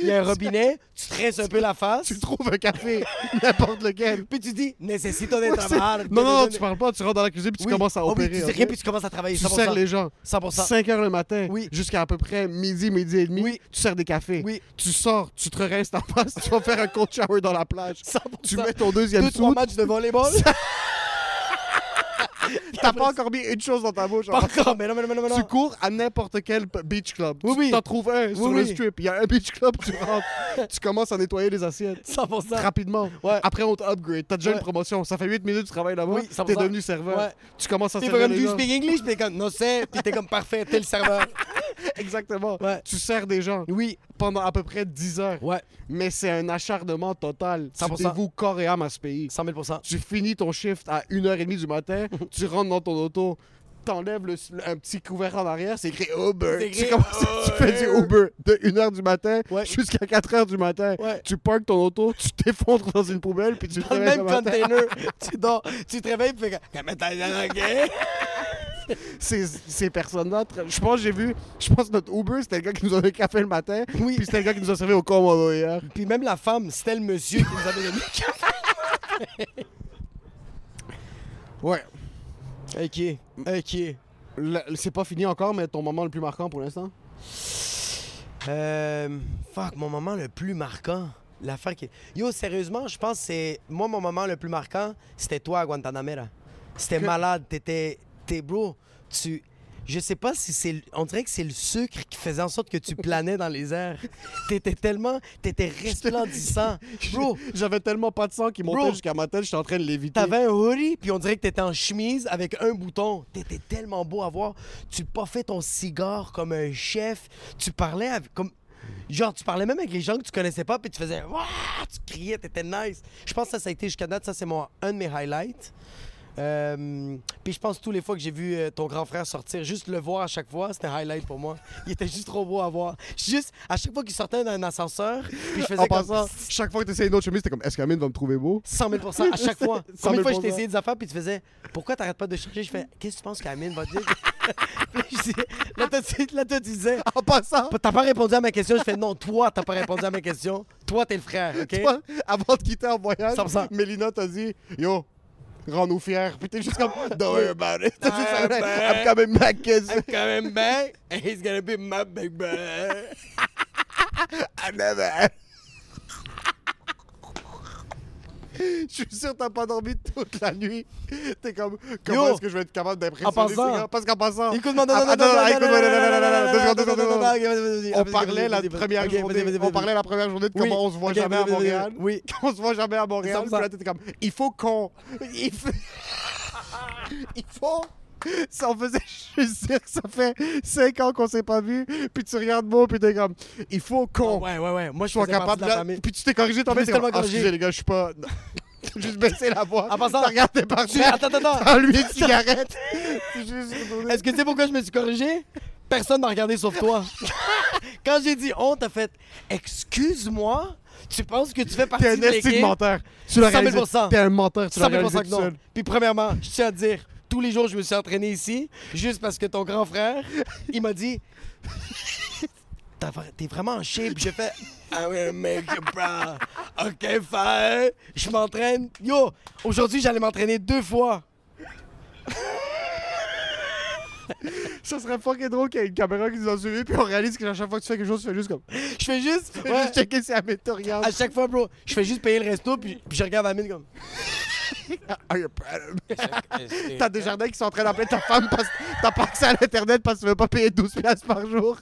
il y a un robinet, tu te rinces un peu la face, Tu trouves un café, n'importe lequel. puis tu dis, nécessito de Ouais, c'est- trabajar. non, non, non, tu parles pas, tu rentres dans la cuisine puis Oh, tu commences à opérer. Oh tu dis ok? rien, puis tu commences à travailler. Tu 100%. sers les gens. 100%. 5 heures le matin Oui. jusqu'à à peu près midi, midi et demi, Oui. tu sers des cafés. Oui. Tu sors, tu te restes en face, tu vas faire un cold shower dans la plage. 100%. Tu mets ton deuxième Deux, trois soude. matchs de volleyball. T'as pas encore mis une chose dans ta bouche. Pas en encore, mais non, mais non, mais non, mais Tu non. cours à n'importe quel p- beach club. Oui, tu oui. t'en trouves un sur le oui. strip. Il y a un beach club, tu rentres. tu commences à nettoyer les assiettes. 100%. Rapidement. Ouais. Après, on t'upgrade. T'as déjà Ouais. une promotion. Ça fait 8 minutes que tu travailles là-bas. Oui, 100%. T'es devenu serveur. Ouais. Tu commences à T'es servir comme, les do you gens. speak English? Puis t'es comme, non, c'est, puis t'es comme, parfait, t'es le serveur. Exactement. Ouais. Tu sers des gens Oui. pendant à peu près 10 heures. Ouais, Mais c'est un acharnement total. 100%. Tu dévoues corps et âme à ce pays. 100 000 Tu finis ton shift à 1h30 du matin, tu rentres dans ton auto, t'enlèves le, le- un petit couvert en arrière, c'est écrit Uber. C'est écrit tu, commences- tu fais du Uber de 1h du matin Ouais. jusqu'à 4h du matin. Ouais. Tu parques ton auto, tu t'effondres dans une poubelle, puis tu te Dans le réveilles même le matin. container, tu dors, tu te réveilles, puis t'es comme, Ces, ces personnes-là, tra- je pense que j'ai vu, je pense que notre Uber, c'était le gars qui nous a donné le café le matin, Oui. puis c'était le gars qui nous a servi au Komodo hier. Puis même la femme, c'était le monsieur qui nous avait donné le café. Ouais. OK, OK. Le- C'est pas fini encore, mais ton moment le plus marquant pour l'instant? Euh, fuck, mon moment le plus marquant, l'affaire qui... Yo, sérieusement, je pense que c'est... Moi, mon moment le plus marquant, c'était toi à Guantanamera. C'était malade, t'étais... T'es bro, tu... Je sais pas si c'est... le- On dirait que c'est le sucre qui faisait en sorte que tu planais dans les airs. T'étais tellement... T'étais resplendissant. Bro, J'avais tellement pas de sang qui Bro. montait jusqu'à ma tête, j'étais en train de l'éviter. T'avais un hoodie, puis on dirait que t'étais en chemise avec un bouton. T'étais tellement beau à voir. Tu puffais ton cigare comme un chef. Tu parlais avec- comme... Genre, tu parlais même avec les gens que tu connaissais pas, puis tu faisais... Wouah Tu criais, t'étais nice. Je pense que ça, ça a été jusqu'à date. Ça, c'est mon... un de mes highlights. Euh, puis je pense tous les fois que j'ai vu euh, ton grand frère sortir, juste le voir à chaque fois, c'était un highlight pour moi. Il était juste trop beau à voir. Juste, à chaque fois qu'il sortait d'un ascenseur, puis je faisais En comme passant, chaque fois que t'essayais une autre chemise, t'es comme, est-ce qu'Amine va me trouver beau? 100 000 à chaque fois. 100 000 Combien de fois je t'ai essayé des affaires, puis tu faisais Pourquoi t'arrêtes pas de chercher Je fais Qu'est-ce que tu penses qu'Amine va dire Puis je dis- Là, toi, tu là, toi, tu disais En passant, T'as pas répondu à ma question. Je fais Non, toi, t'as pas répondu à ma question. Toi, t'es le frère, OK toi, avant de quitter en voyage, 100%. Mélina t'a dit, yo, rends-nous fiers. Puis t'es juste comme, don't worry about it. T'as juste fait, I'm coming back, kids. I'm coming back, and he's gonna be my big brother. I never. Je suis sûr que t'as pas dormi toute la nuit. T'es comme, Yo! comment est-ce que je vais être capable En d'impressionner ces passant. gars? Parce qu'en passant... Écoute-moi, non, non, Attends, non, non, attends, non, écoute-moi, non, non, non, non, non, non, deux secondes, deux non, non, non, non, secondes, deux secondes. non, non, non, On vas-y, parlait vas-y, la vas-y, vas-y. première Ok, journée. vas-y, vas-y, On vas-y. parlait la première journée de Oui. comment on se voit Ok, jamais à vas-y, vas-y, vas-y. Montréal. Oui. Qu'on se voit jamais à Montréal. 100%. Puis là, t'es comme, il faut qu'on. Il faut. il faut. Ah Ça, on faisait juste dire que ça fait 5 ans qu'on s'est pas vu, puis tu regardes moi, puis t'es comme, il faut qu'on Ouais, ouais, ouais. Moi, je soit faisais partie capable de de. la la- famille. Puis tu t'es corrigé, t'en Je me mets, suis t'es comme, tellement ah, corrigé. excusez les gars, je suis pas. juste baisser la voix. En passant- T'as regardé parti. Attends, attends, attends. Prends-lui une cigarette. C'est juste retourné. Est-ce que tu sais pourquoi je me suis corrigé? Personne m'a regardé sauf toi. Quand j'ai dit on, t'as fait excuse-moi, tu penses que tu fais partie T'es de un esti de l'équipe? menteur. Tu 100 l'as 000 réalisé. T'es un menteur, tu l'as 100 000 réalisé que tout non. seul. Puis premièrement, je tiens à te dire, tous les jours, je me suis entraîné ici, juste parce que ton grand frère, il m'a dit... T'as vra- T'es vraiment en shape. J'ai fait... Ah I'm gonna make you proud. OK, fine. Je m'entraîne. Yo, aujourd'hui, j'allais m'entraîner deux fois. Ça serait fucking drôle qu'il y ait une caméra qui nous a suivi, puis on réalise que à chaque fois que tu fais quelque chose, tu fais juste comme. Je fais juste... Fais ouais. Ah, Juste checker si Amine te regarde. À chaque fois, bro, je fais juste payer le resto, puis, puis je regarde Amine comme. Are you proud of me? T'as des jardins qui sont en train d'appeler ta femme parce que t'as pas accès à l'internet parce que tu veux pas payer 12 piastres par jour.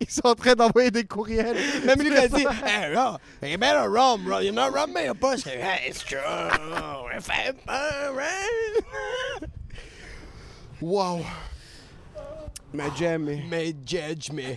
Ils sont en train d'envoyer des courriels. Même lui, il a dit, hey, bro, you better rum, bro. You know, rum me a push. Hey, it's true. If I'm right. Wow. Mais j'aime. mais- Mais judge me.